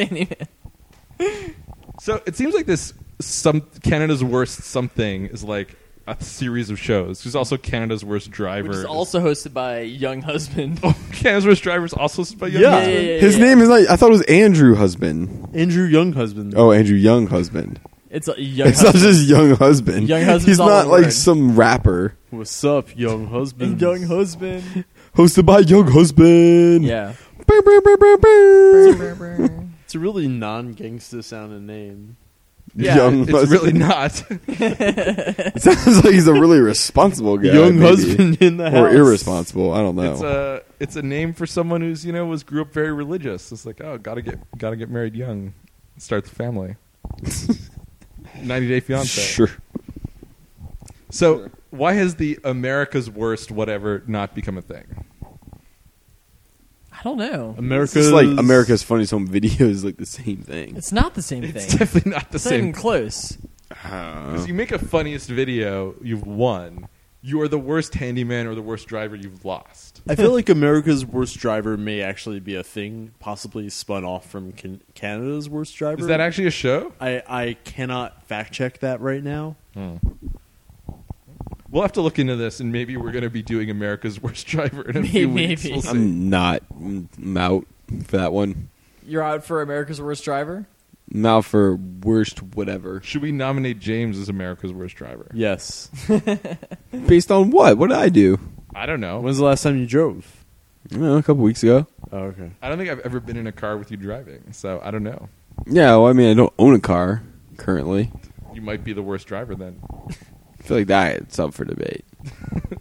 B: Handyman.
A: So it seems like this some Canada's worst something is like a series of shows. There's also Canada's worst driver.
B: Which is also hosted by young husband.
A: Oh, Canada's worst driver is also by young
B: [LAUGHS] Yeah,
D: [LAUGHS]
C: Yeah.
A: men.
B: yeah, yeah,
D: His
B: yeah.
D: name is not. I thought it was Andrew Husband.
C: Andrew Young husband.
D: Oh, Andrew Young Husband.
B: It's a young
D: [LAUGHS] It's
B: husband.
D: not just Young Husband.
B: Young Husband's
D: He's
B: all one
D: not like
B: word.
D: some rapper
C: What's up, young husband?
B: young husband.
D: hosted by Young Husband.
B: Yeah.
D: Brr, brr, brr, brr, brr.
C: It's a really non-gangsta sounding name.
A: Yeah,
D: young
A: it's
D: husband. [LAUGHS]
A: really not. [LAUGHS]
D: It sounds like he's a really responsible guy.
C: young
D: maybe.
C: husband in the house
D: Or irresponsible. I don't know.
A: It's uh, a it's a name for someone who's you know was grew up very religious. It's like oh, gotta get gotta get married young, start the
D: [LAUGHS]
A: family. Ninety Day Fiance.
D: Sure.
A: So why has the America's worst whatever not become a thing?
B: I don't know.
D: It's
C: America's
D: just like America's Funniest Home Video is like the same thing. Uh,
B: It's not the same
A: It's
B: thing.
A: definitely not the
B: It's not
A: same.
B: even close.
A: Because you make a funniest video, you've won. You are the worst handyman or the worst driver you've lost.
C: I feel like America's worst driver may actually be a thing, possibly spun off from can- Canada's worst driver.
A: Is that actually a show?
C: I I cannot fact check that right now.
A: We'll have to look into this, and maybe we're going to be doing America's Worst [LAUGHS] Driver in a few
B: Maybe.
A: weeks. We'll see.
D: I'm not I'm out for that one.
B: You're out for America's Worst Driver.
D: I'm out for worst whatever.
A: Should we nominate James as America's Worst Driver?
C: Yes. [LAUGHS]
D: Based on what? What did I do?
A: I don't know.
C: When's the last time you drove?
D: I don't know, a couple weeks ago.
C: Oh, okay.
A: I don't think I've ever been in a car with you driving, so I don't know.
D: Yeah, well, I mean, I don't own a car currently.
A: You might be the worst driver then. [LAUGHS]
D: I feel like that's up for debate.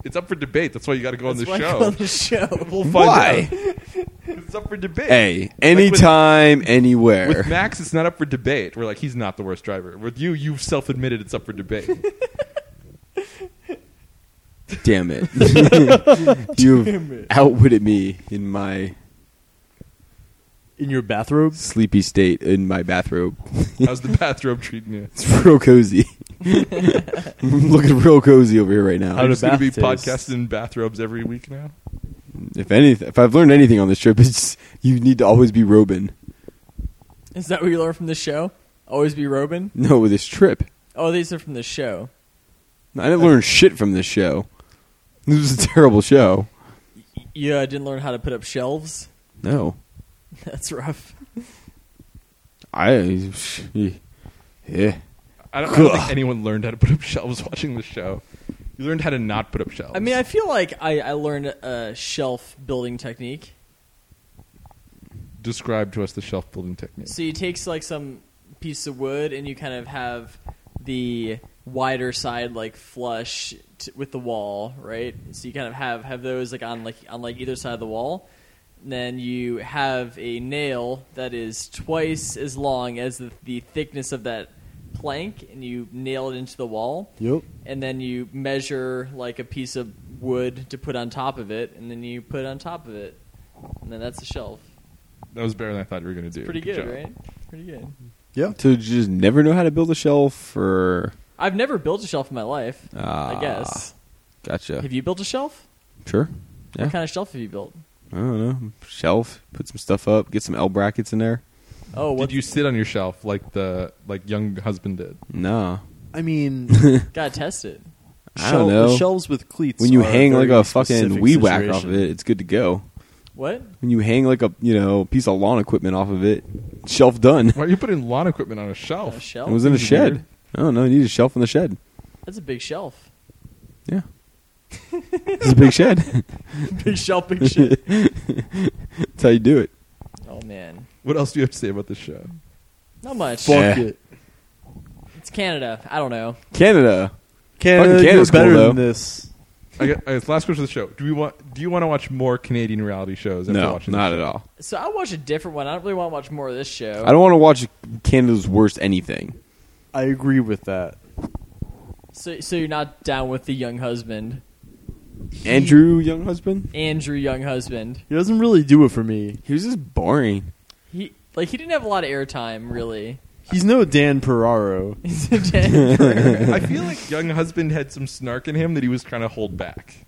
A: It's up for debate. That's why you got to go
B: That's
A: on the
B: why I
A: show. [LAUGHS]
B: go on the show.
A: We'll find
D: Why?
A: out. It's up for debate.
D: Hey, anytime, anywhere.
A: With Max, it's not up for debate. We're like, he's not the worst driver. With you, you've self admitted it's up for debate.
D: Damn
A: [LAUGHS]
D: it. [LAUGHS] You've outwitted me in my
C: [LAUGHS] In your bathrobe?
D: sleepy state in
A: [LAUGHS]
D: my bathrobe. [LAUGHS]
A: How's the bathrobe treating you?
D: It's real cozy. [LAUGHS] I'm looking real cozy over here right now.
C: How
A: I'm
C: do
A: just going to be
C: bath taste?
A: podcasting in bathrobes every week now.
D: if anything, if I've learned anything on this trip, it's you need to always be robin.
B: [LAUGHS] Is that what you learned from the show? Always be Robin.
D: No, this trip.
B: Oh, these are from the show.
D: I didn't learn shit from this show. This was a terrible show.
B: You uh, didn't learn how to put up shelves. [LAUGHS]
D: No.
B: That's rough.
D: I. Yeah.
A: I don't, I don't
D: Ugh.
A: think anyone learned how to put up shelves [LAUGHS] watching the show. You learned how to not put up shelves.
B: I mean, I feel like I, I learned a shelf building technique.
A: describe to us the shelf building technique.
B: So you take like some piece of wood and you kind of have the wider side like flush t- with the wall, right? So you kind of have have those like on like on like either side of the wall. And then you have a nail that is twice as long as the, the thickness of that plank, and you nail it into the wall.
C: Yep.
B: And then you measure like a piece of wood to put on top of it, and then you put it on top of it, and then that's a shelf.
A: That was better than I thought you were going to do.
B: Pretty good,
A: job.
B: right? Pretty good.
C: Yeah.
D: To just never know how to build a shelf or.
B: I've never built a shelf in my life. I
D: Ah.
B: guess.
D: Gotcha.
B: Have you built a shelf?
D: Sure. Yeah.
B: What kind of shelf have you built?
D: I don't know. Shelf. Put some stuff up. Get some L brackets in there.
B: Oh, what?
A: Did you sit on your shelf like the like young husband did?
D: No. [LAUGHS]
C: I mean,
B: gotta test it.
D: I
C: shel-
D: don't know.
C: the shelves with cleats.
D: When you
C: are
D: hang like
C: very
D: a fucking
C: specific
D: weed whack off
C: situation.
D: of it, it's good to go.
B: What?
D: When you hang like a you know piece of lawn equipment off of it, shelf done.
A: Why are you putting lawn equipment on a
B: On a
A: shelf?
D: It
B: shelf?
D: was in a
A: Weird.
D: shed. I don't know. You need a shelf in the shed.
B: That's a big shelf. [LAUGHS]
D: Yeah. it's a big shed. [LAUGHS]
B: big shelf, big shit.
D: That's how you do it.
B: Oh man,
A: What else do you have to say about this show?
B: not much.
D: Fuck
C: Yeah.
D: it.
B: It's Canada. I don't know.
D: Canada.
C: Canada, you're
D: Canada's cool,
C: better
D: though.
C: than this.
A: I guess, I guess last question of the show. Do we want? Do you want to watch more Canadian reality shows? After
D: No,
A: watching this
D: not at
A: show?
D: all.
B: So I watch a different one. I don't really want to watch more of this show.
D: I don't want to watch Canada's worst anything.
C: I agree with that.
B: So, so you're not down with the young husband,
D: Andrew, young husband,
B: Andrew, young husband.
C: He doesn't really do it for me.
D: he was just boring.
B: He like he didn't have a lot of airtime really. [LAUGHS]
C: He's no Dan Ferraro.
D: [LAUGHS]
B: He's a Denver.
A: I feel like young husband had some snark in him that he was trying to hold back.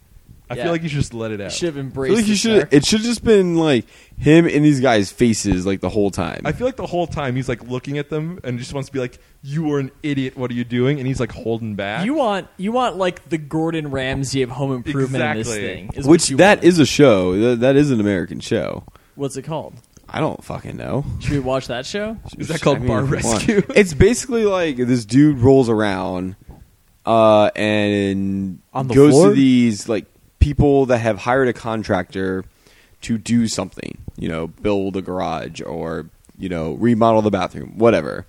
A: I
B: Yeah.
A: feel like you should just let it out.
B: should have
D: I
B: embraced.
D: feel like you
B: the
D: should.
B: snark.
D: It should just been like him and these guys' faces like the whole time.
A: I feel like the whole time he's like looking at them and just wants to be like, "You are an idiot. What are you doing?" And he's like holding back.
B: You want you want like the Gordon Ramsay of home improvement in this
A: Exactly.
B: thing, is
D: Which
B: what you
D: that
B: want.
D: is a show. That, that is an American show.
B: What's it called?
D: I don't fucking know.
B: Should we watch that show?
A: Is that called Bar
D: come on.
A: Rescue? [LAUGHS]
D: It's basically like this dude rolls around uh, and
C: On the
D: goes
C: floor?
D: to these like people that have hired a contractor to do something, you know, build a garage or you know remodel the bathroom, whatever.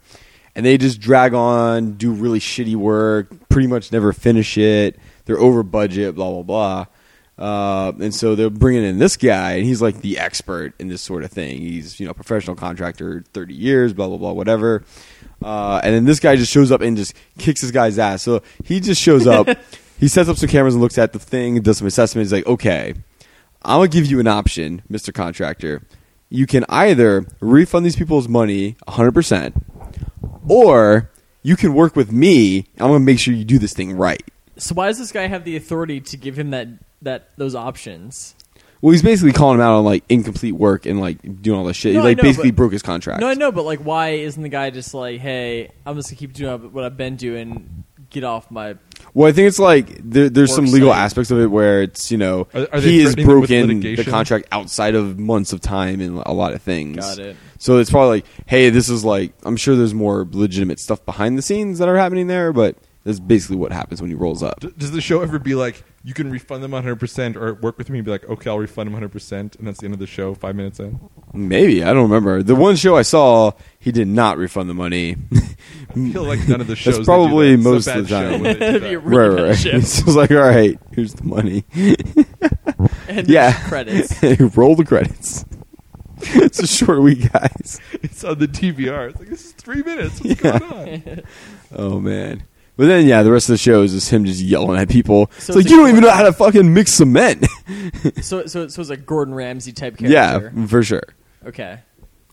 D: and they just drag on, do really shitty work, pretty much never finish it. They're over budget, blah blah blah. Uh, and so they're bringing in this guy, and he's like the expert in this sort of thing. He's you know a professional contractor, thirty years, blah blah blah, whatever. Uh, and then this guy just shows up and just kicks this guy's ass. So he just shows up, he sets up some cameras and looks at the thing, does some assessment. He's like, okay, I'm gonna give you an option, Mister Contractor. You can either refund these people's money 100 percent, or you can work with me. I'm gonna make sure you do this thing right.
B: So why does this guy have the authority to give him that that those options?
D: Well, he's basically calling him out on like incomplete work and like doing all this shit.
B: No,
D: he
B: I
D: like
B: know,
D: basically
B: but-
D: broke his contract.
B: No, I know, but like, why isn't the guy just like, hey, I'm just gonna keep doing what I've been doing, get off my [LAUGHS]
D: Well, I think it's like there, there's some
B: Work
D: legal
B: site.
D: aspects of it where it's you know
A: Are- are they
D: he has
A: threatening them with
D: broken the
A: litigation?
D: contract outside of months of time and a lot of things.
B: Got it.
D: So it's probably like, hey, this is like I'm sure there's more legitimate stuff behind the scenes that are happening there, but that's basically what happens when he rolls up.
A: D- does the show ever be like you can refund them 100% or work with me and be like okay i'll refund them 100% and that's the end of the show five minutes in
D: Maybe I don't remember. The one show I saw, he did not refund the money.
A: I feel like none of the shows
D: Mm. [LAUGHS] That's
A: they do
D: probably
A: that. It's a
D: most
A: bad
D: of the
A: show
D: time.
A: when
B: [LAUGHS]
A: they do
B: It'd be
A: that.
B: a Really bad
D: right, right.
B: show.
D: It's just like, all right, here's the money.
B: and [LAUGHS]
D: yeah, [LAUGHS]
B: credits.
D: Roll the credits. [LAUGHS] it's a short week, guys.
A: it's on the dvr it's like this is three minutes what's
D: [LAUGHS] Yeah.
A: going on
D: Oh man. But then, yeah, the rest of the show is just him just yelling at people. it's
B: So
D: like
B: it's
D: you
B: a-
D: don't even know how to fucking mix cement. [LAUGHS]
B: so, so, so it's a Gordon Ramsay type
D: yeah,
B: character.
D: for sure.
B: Okay.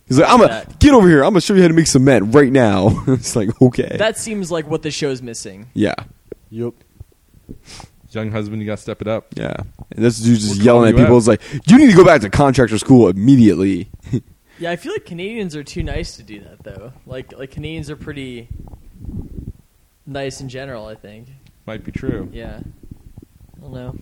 D: He's like, I'm gonna
B: that.
D: get over here. I'm gonna show you how to make cement right now. [LAUGHS] it's like, okay,
B: That seems like what the show's missing.
D: yeah,
C: Yep.
A: young husband you gotta step it up
D: yeah. And this dude's just
A: We're
D: yelling
A: calling
D: at
A: you
D: people.
A: out.
D: It's like, you need to go back to contractor school immediately.
B: Yeah, I feel like Canadians are too nice to do that though. Like like Canadians are pretty nice in general, I think.
A: might be true
B: Yeah. I don't know.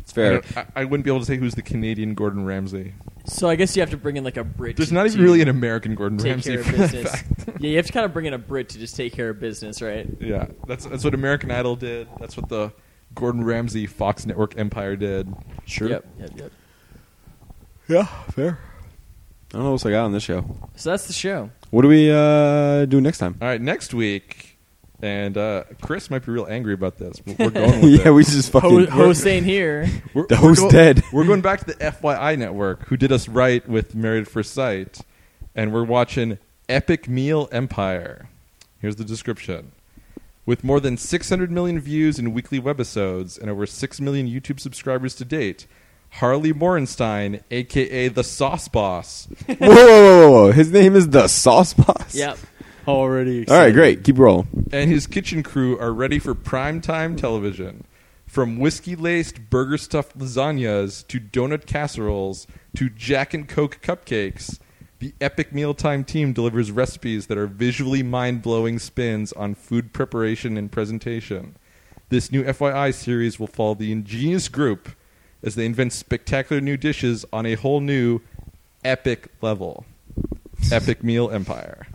D: it's
A: I,
D: fair.
A: don't- I, I wouldn't be able to say who's the canadian gordon ramsay
B: So I guess you have to bring in like a Brit.
A: there's
B: to-
A: not even
B: to
A: really an american gordon
B: take
A: ramsay
B: care of
A: for that
B: business.
A: [LAUGHS] fact.
B: yeah, you have to kind of bring in a Brit to just take care of business, right?
A: yeah that's, that's what american idol did that's what the gordon ramsay fox network empire did
D: Sure.
B: Yep, yep, yep.
D: Yeah, fair. I don't know what else I got on this show.
B: So that's the show.
D: What do we uh, do next time?
A: all right next week and uh, chris might be real angry about this but we're
D: [LAUGHS]
A: going with it.
D: [LAUGHS] yeah, we just
B: Ho-
D: fucking
B: host ain't
A: [LAUGHS]
B: here.
A: We're,
D: The host
A: we're
D: dead.
A: [LAUGHS] We're going back to the FYI network, who did us right with Married at First Sight, and we're watching Epic Meal Empire. Here's the description. With more than 600 million views in weekly webisodes and over 6 million YouTube subscribers to date, Harley Morenstein, aka the Sauce Boss,
D: [LAUGHS] whoa, whoa, whoa, whoa, whoa! His name is the Sauce Boss.
B: Yep.
C: Already.
D: All right,
C: excited.
D: great. Keep rolling.
A: and his kitchen crew are ready for primetime television. From whiskey laced burger stuffed lasagnas to donut casseroles to Jack and Coke cupcakes, the Epic Mealtime team delivers recipes that are visually mind blowing spins on food preparation and presentation. This new FYI series will follow the ingenious group as they invent spectacular new dishes on a whole new epic level. Epic Meal Empire.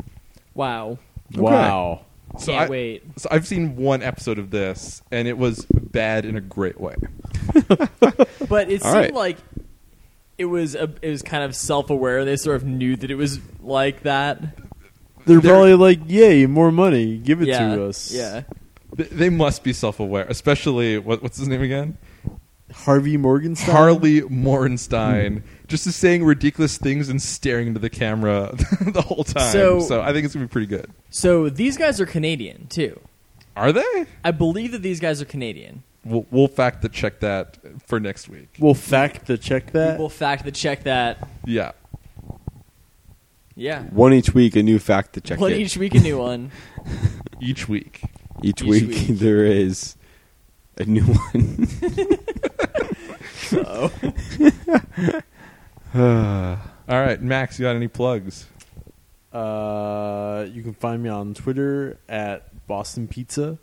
B: Wow.
C: Wow.
A: So
B: Can't
A: I-
B: wait.
A: So I've seen one episode of this, and it was bad in a great way.
B: But it
D: All
B: seemed
D: right.
B: like it was a, it was kind of self aware. They sort of knew that it was like that.
C: They're,
A: They're-
C: probably like, yay, more money. Give it
B: yeah.
C: to us.
B: Yeah.
A: Th- They must be self-aware, especially what, what's his name again?
C: Harvey Morgenstein.
A: Harley Morenstein, just is saying ridiculous things and staring into the camera [LAUGHS] the whole time.
B: So-
A: So, I think it's gonna be pretty good.
B: So these guys are Canadian too.
A: Are they?
B: I believe that these guys are Canadian.
A: We'll, we'll fact that check that for next week.
C: We'll fact the check that.
B: We'll fact that check that.
A: Yeah,
B: Yeah.
D: One each week, a new fact to check.
B: One
D: in.
B: each week a new
D: [LAUGHS]
B: one.
A: each week.
D: Each
B: Each
D: week, [LAUGHS]
B: week.
D: there is a new one.
A: All right, Max, you got any plugs?
C: Uh, you can find me on Twitter at Boston Pizza.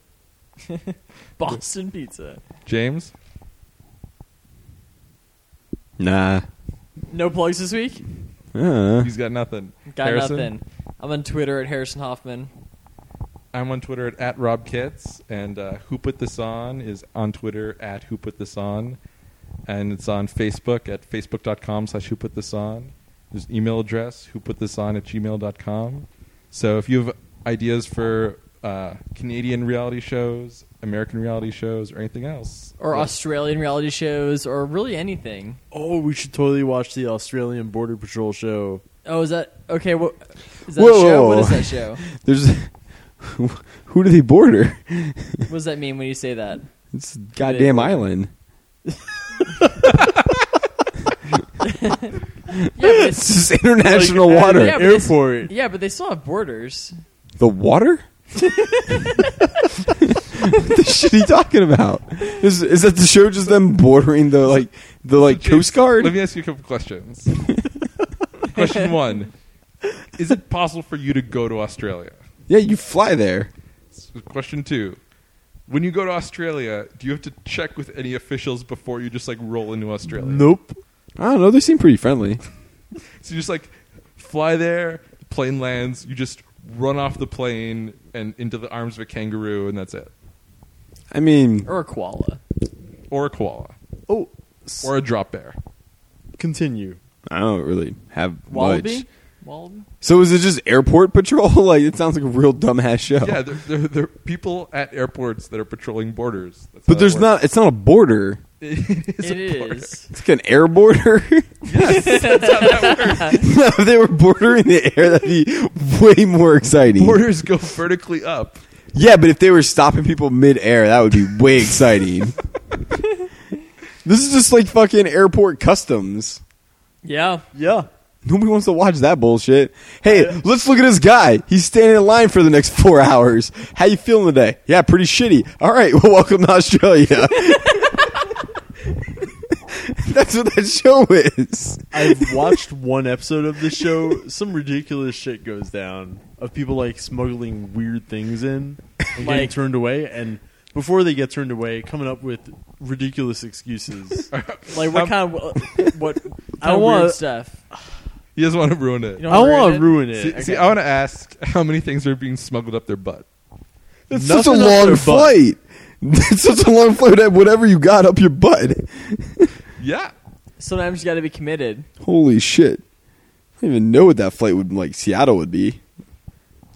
B: Boston Pizza.
A: James,
D: [LAUGHS] nah.
B: No plugs this week.
D: Uh,
A: he's got nothing.
B: Got
A: Harrison?
B: nothing. I'm on Twitter at Harrison Hoffman.
A: I'm on Twitter at, at RobKitz, and uh, Who Put This On is on Twitter at Who Put This On, and it's on Facebook at facebook.com slash Who Put This On. There's an email address, Who Put This On at gmail.com. So if you have ideas for uh, Canadian reality shows, American reality shows, or anything else.
B: or
A: Well,
B: Australian reality shows, or really anything.
C: Oh, we should totally watch the Australian Border Patrol show.
B: Oh, is that okay? What is that
D: Whoa.
B: a show? What is that show?
D: There's [LAUGHS] who do they border?
B: What does that mean when you say
D: [LAUGHS]
B: that?
D: It's a goddamn
B: They-
D: island.
B: [LAUGHS] Yeah, but
D: [LAUGHS] It's
B: it's-
D: just international
C: Like, at
D: water.
C: an
B: Yeah, but it's-
C: airport.
B: yeah, but they still have
D: [LAUGHS]
B: borders.
D: The water? [LAUGHS] what the shit are you talking about? Is is that the show just them bordering the like the like
A: James,
D: Coast Guard?
A: Let me ask you a couple
D: [LAUGHS]
A: questions. Question one: Is it possible for you to go to Australia?
D: yeah, you fly there.
A: Question two: When you go to Australia, do you have to check with any officials before you just like roll into Australia?
C: Nope.
D: I don't know. They seem pretty friendly.
A: So you just like fly there, the plane lands, you just run off the plane and into the arms of a kangaroo, and that's it.
D: I mean,
B: Or a koala.
A: Or a koala,
C: Oh, s-
A: or a drop bear.
C: continue.
D: I don't really have much.
B: Wallaby? Wallaby?
D: So is it just airport patrol? [LAUGHS] like it sounds like a real dumbass show.
A: Yeah, they're, they're, they're people at airports that are patrolling borders. That's how
D: but
A: that
D: there's
A: works.
D: not. It's not a border.
A: [LAUGHS] It is.
B: It
A: a
B: [LAUGHS]
A: border.
B: is.
D: It's like an air border. [LAUGHS]
B: [LAUGHS]
D: no, if they were bordering the air, that'd be way more exciting.
A: Borders go vertically up.
D: Yeah, but if they were stopping people mid-air, that would be way exciting. this is just like fucking airport customs.
B: Yeah.
C: Yeah.
D: [LAUGHS] Nobody wants to watch that bullshit. Hey, let's look at this guy. He's standing in line for the next [LAUGHS] four hours. How you feeling today? Yeah, pretty shitty. All right, [LAUGHS] well, welcome to Australia. [LAUGHS] That's what that show is.
C: I've [LAUGHS] watched one episode of the show. Some ridiculous shit goes down of people like smuggling weird things in and getting
B: Like-
C: turned away, and before they get turned away, coming up with ridiculous [LAUGHS] excuses. I
B: Like what
A: Um,
B: kind of what? I
C: don't
B: don't
C: wanna-
B: want stuff.
A: He doesn't want to ruin it.
B: You don't
C: want to ruin it.
A: see, see, I want to ask how many things are being smuggled up their butt.
D: It's
C: Nothing
D: such a
C: up their
D: long
C: butt.
D: flight. [LAUGHS] It's such a long flight. that Whatever you got up your butt.
A: Yeah.
B: Sometimes you got to be committed.
D: Holy shit! I don't even know what that flight would like. Seattle would be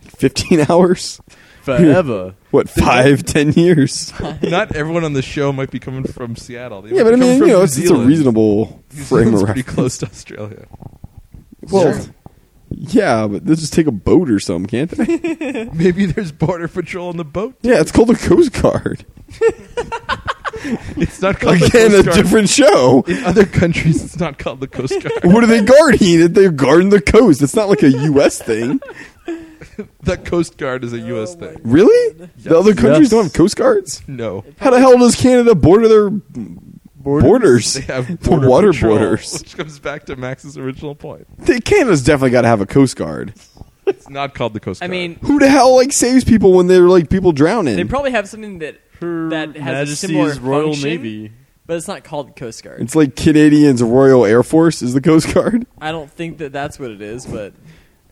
D: fifteen [LAUGHS] hours.
C: [LAUGHS] forever.
D: What five, ten
C: [LAUGHS]
D: years?
A: Not everyone on the show might be coming from Seattle. They
D: Yeah,
A: might
D: but I
A: come
D: mean,
A: from
D: you know,
A: New
D: it's, it's a
A: Zealand.
D: reasonable
A: [LAUGHS] New
D: frame
A: Zealand's
D: of
A: pretty
D: reference.
A: close to Australia.
D: Well,
B: Sure.
D: yeah, but they'll just take a boat or something, can't they?
A: [LAUGHS] Maybe there's border patrol on the boat.
D: yeah, it's called the Coast Guard.
A: It's not [LAUGHS] called
D: Again,
A: the
D: a
A: Coast Guard.
D: different show.
A: In other countries, it's not called the Coast
D: [LAUGHS]
A: Guard.
D: What are they guarding? They're guarding the coast. It's not like a U.S. thing,
A: the Coast Guard is a U.S. thing.
D: really. The other countries
C: Yes.
D: don't have coast guards.
A: No,
D: How the hell does Canada border their borders?
A: they have
D: the
A: border
D: water
A: patrol,
D: borders.
A: [LAUGHS] which comes back to Max's original point.
D: They, Canada's definitely got to have a coast guard.
A: It's not called the Coast
B: I
A: Guard.
B: mean,
D: Who the hell like saves people when they're like people drowning?
B: they probably have something that,
C: Her
B: that has a
C: Majesty's
B: similar
C: Royal
B: function,
C: Navy.
B: but it's not called Coast Guard.
D: it's like Canadians Royal Air Force is the Coast Guard.
B: I don't think that that's what it is, but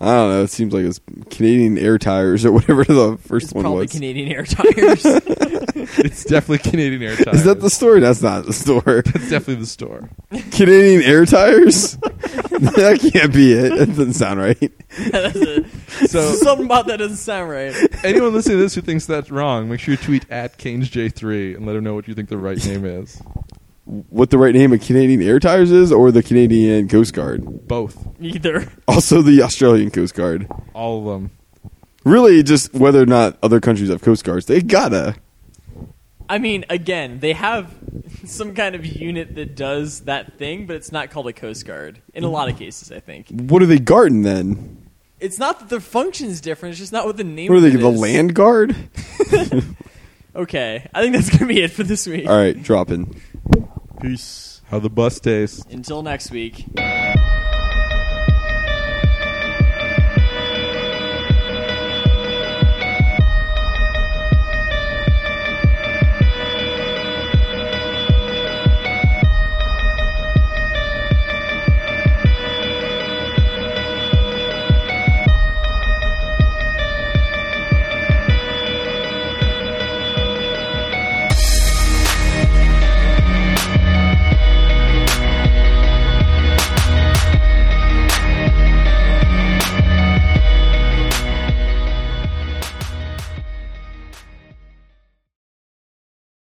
D: I don't know. It seems like it's Canadian Air Tires or whatever the first
B: it's
D: one
B: probably
D: was.
B: Canadian Air
D: [LAUGHS]
B: Tires. [LAUGHS]
A: it's definitely Canadian Air Tires.
D: Is that the story? That's not the story.
A: [LAUGHS]
D: [LAUGHS]
A: That's definitely the store.
D: Canadian Air Tires?
B: [LAUGHS]
D: [LAUGHS] that can't be it. That doesn't sound right.
B: That's a-
A: So
B: something about that doesn't sound right.
A: anyone listening to this who thinks that's wrong, make sure you tweet at Keynes J3 and let him know what you think the right name is.
D: What the right name of Canadian Air Tires is, or the Canadian Coast Guard?
A: Both,
B: Either
D: Also, the Australian Coast Guard.
A: all of them.
D: Really, just whether or not other countries have coast guards, they gotta.
B: I mean, again, they have some kind of unit that does that thing, but it's not called a Coast Guard in
D: Mm-hmm.
B: a lot of cases. I think
D: What are they guarding then?
B: it's not that their function's different; it's just not what the name.
D: What are
B: of
D: they?
B: it
D: The
B: is.
D: land guard?
B: [LAUGHS] Okay, I think that's gonna be it for this week.
D: All right, dropping.
C: Peace.
A: How the bus tastes.
B: Until next week.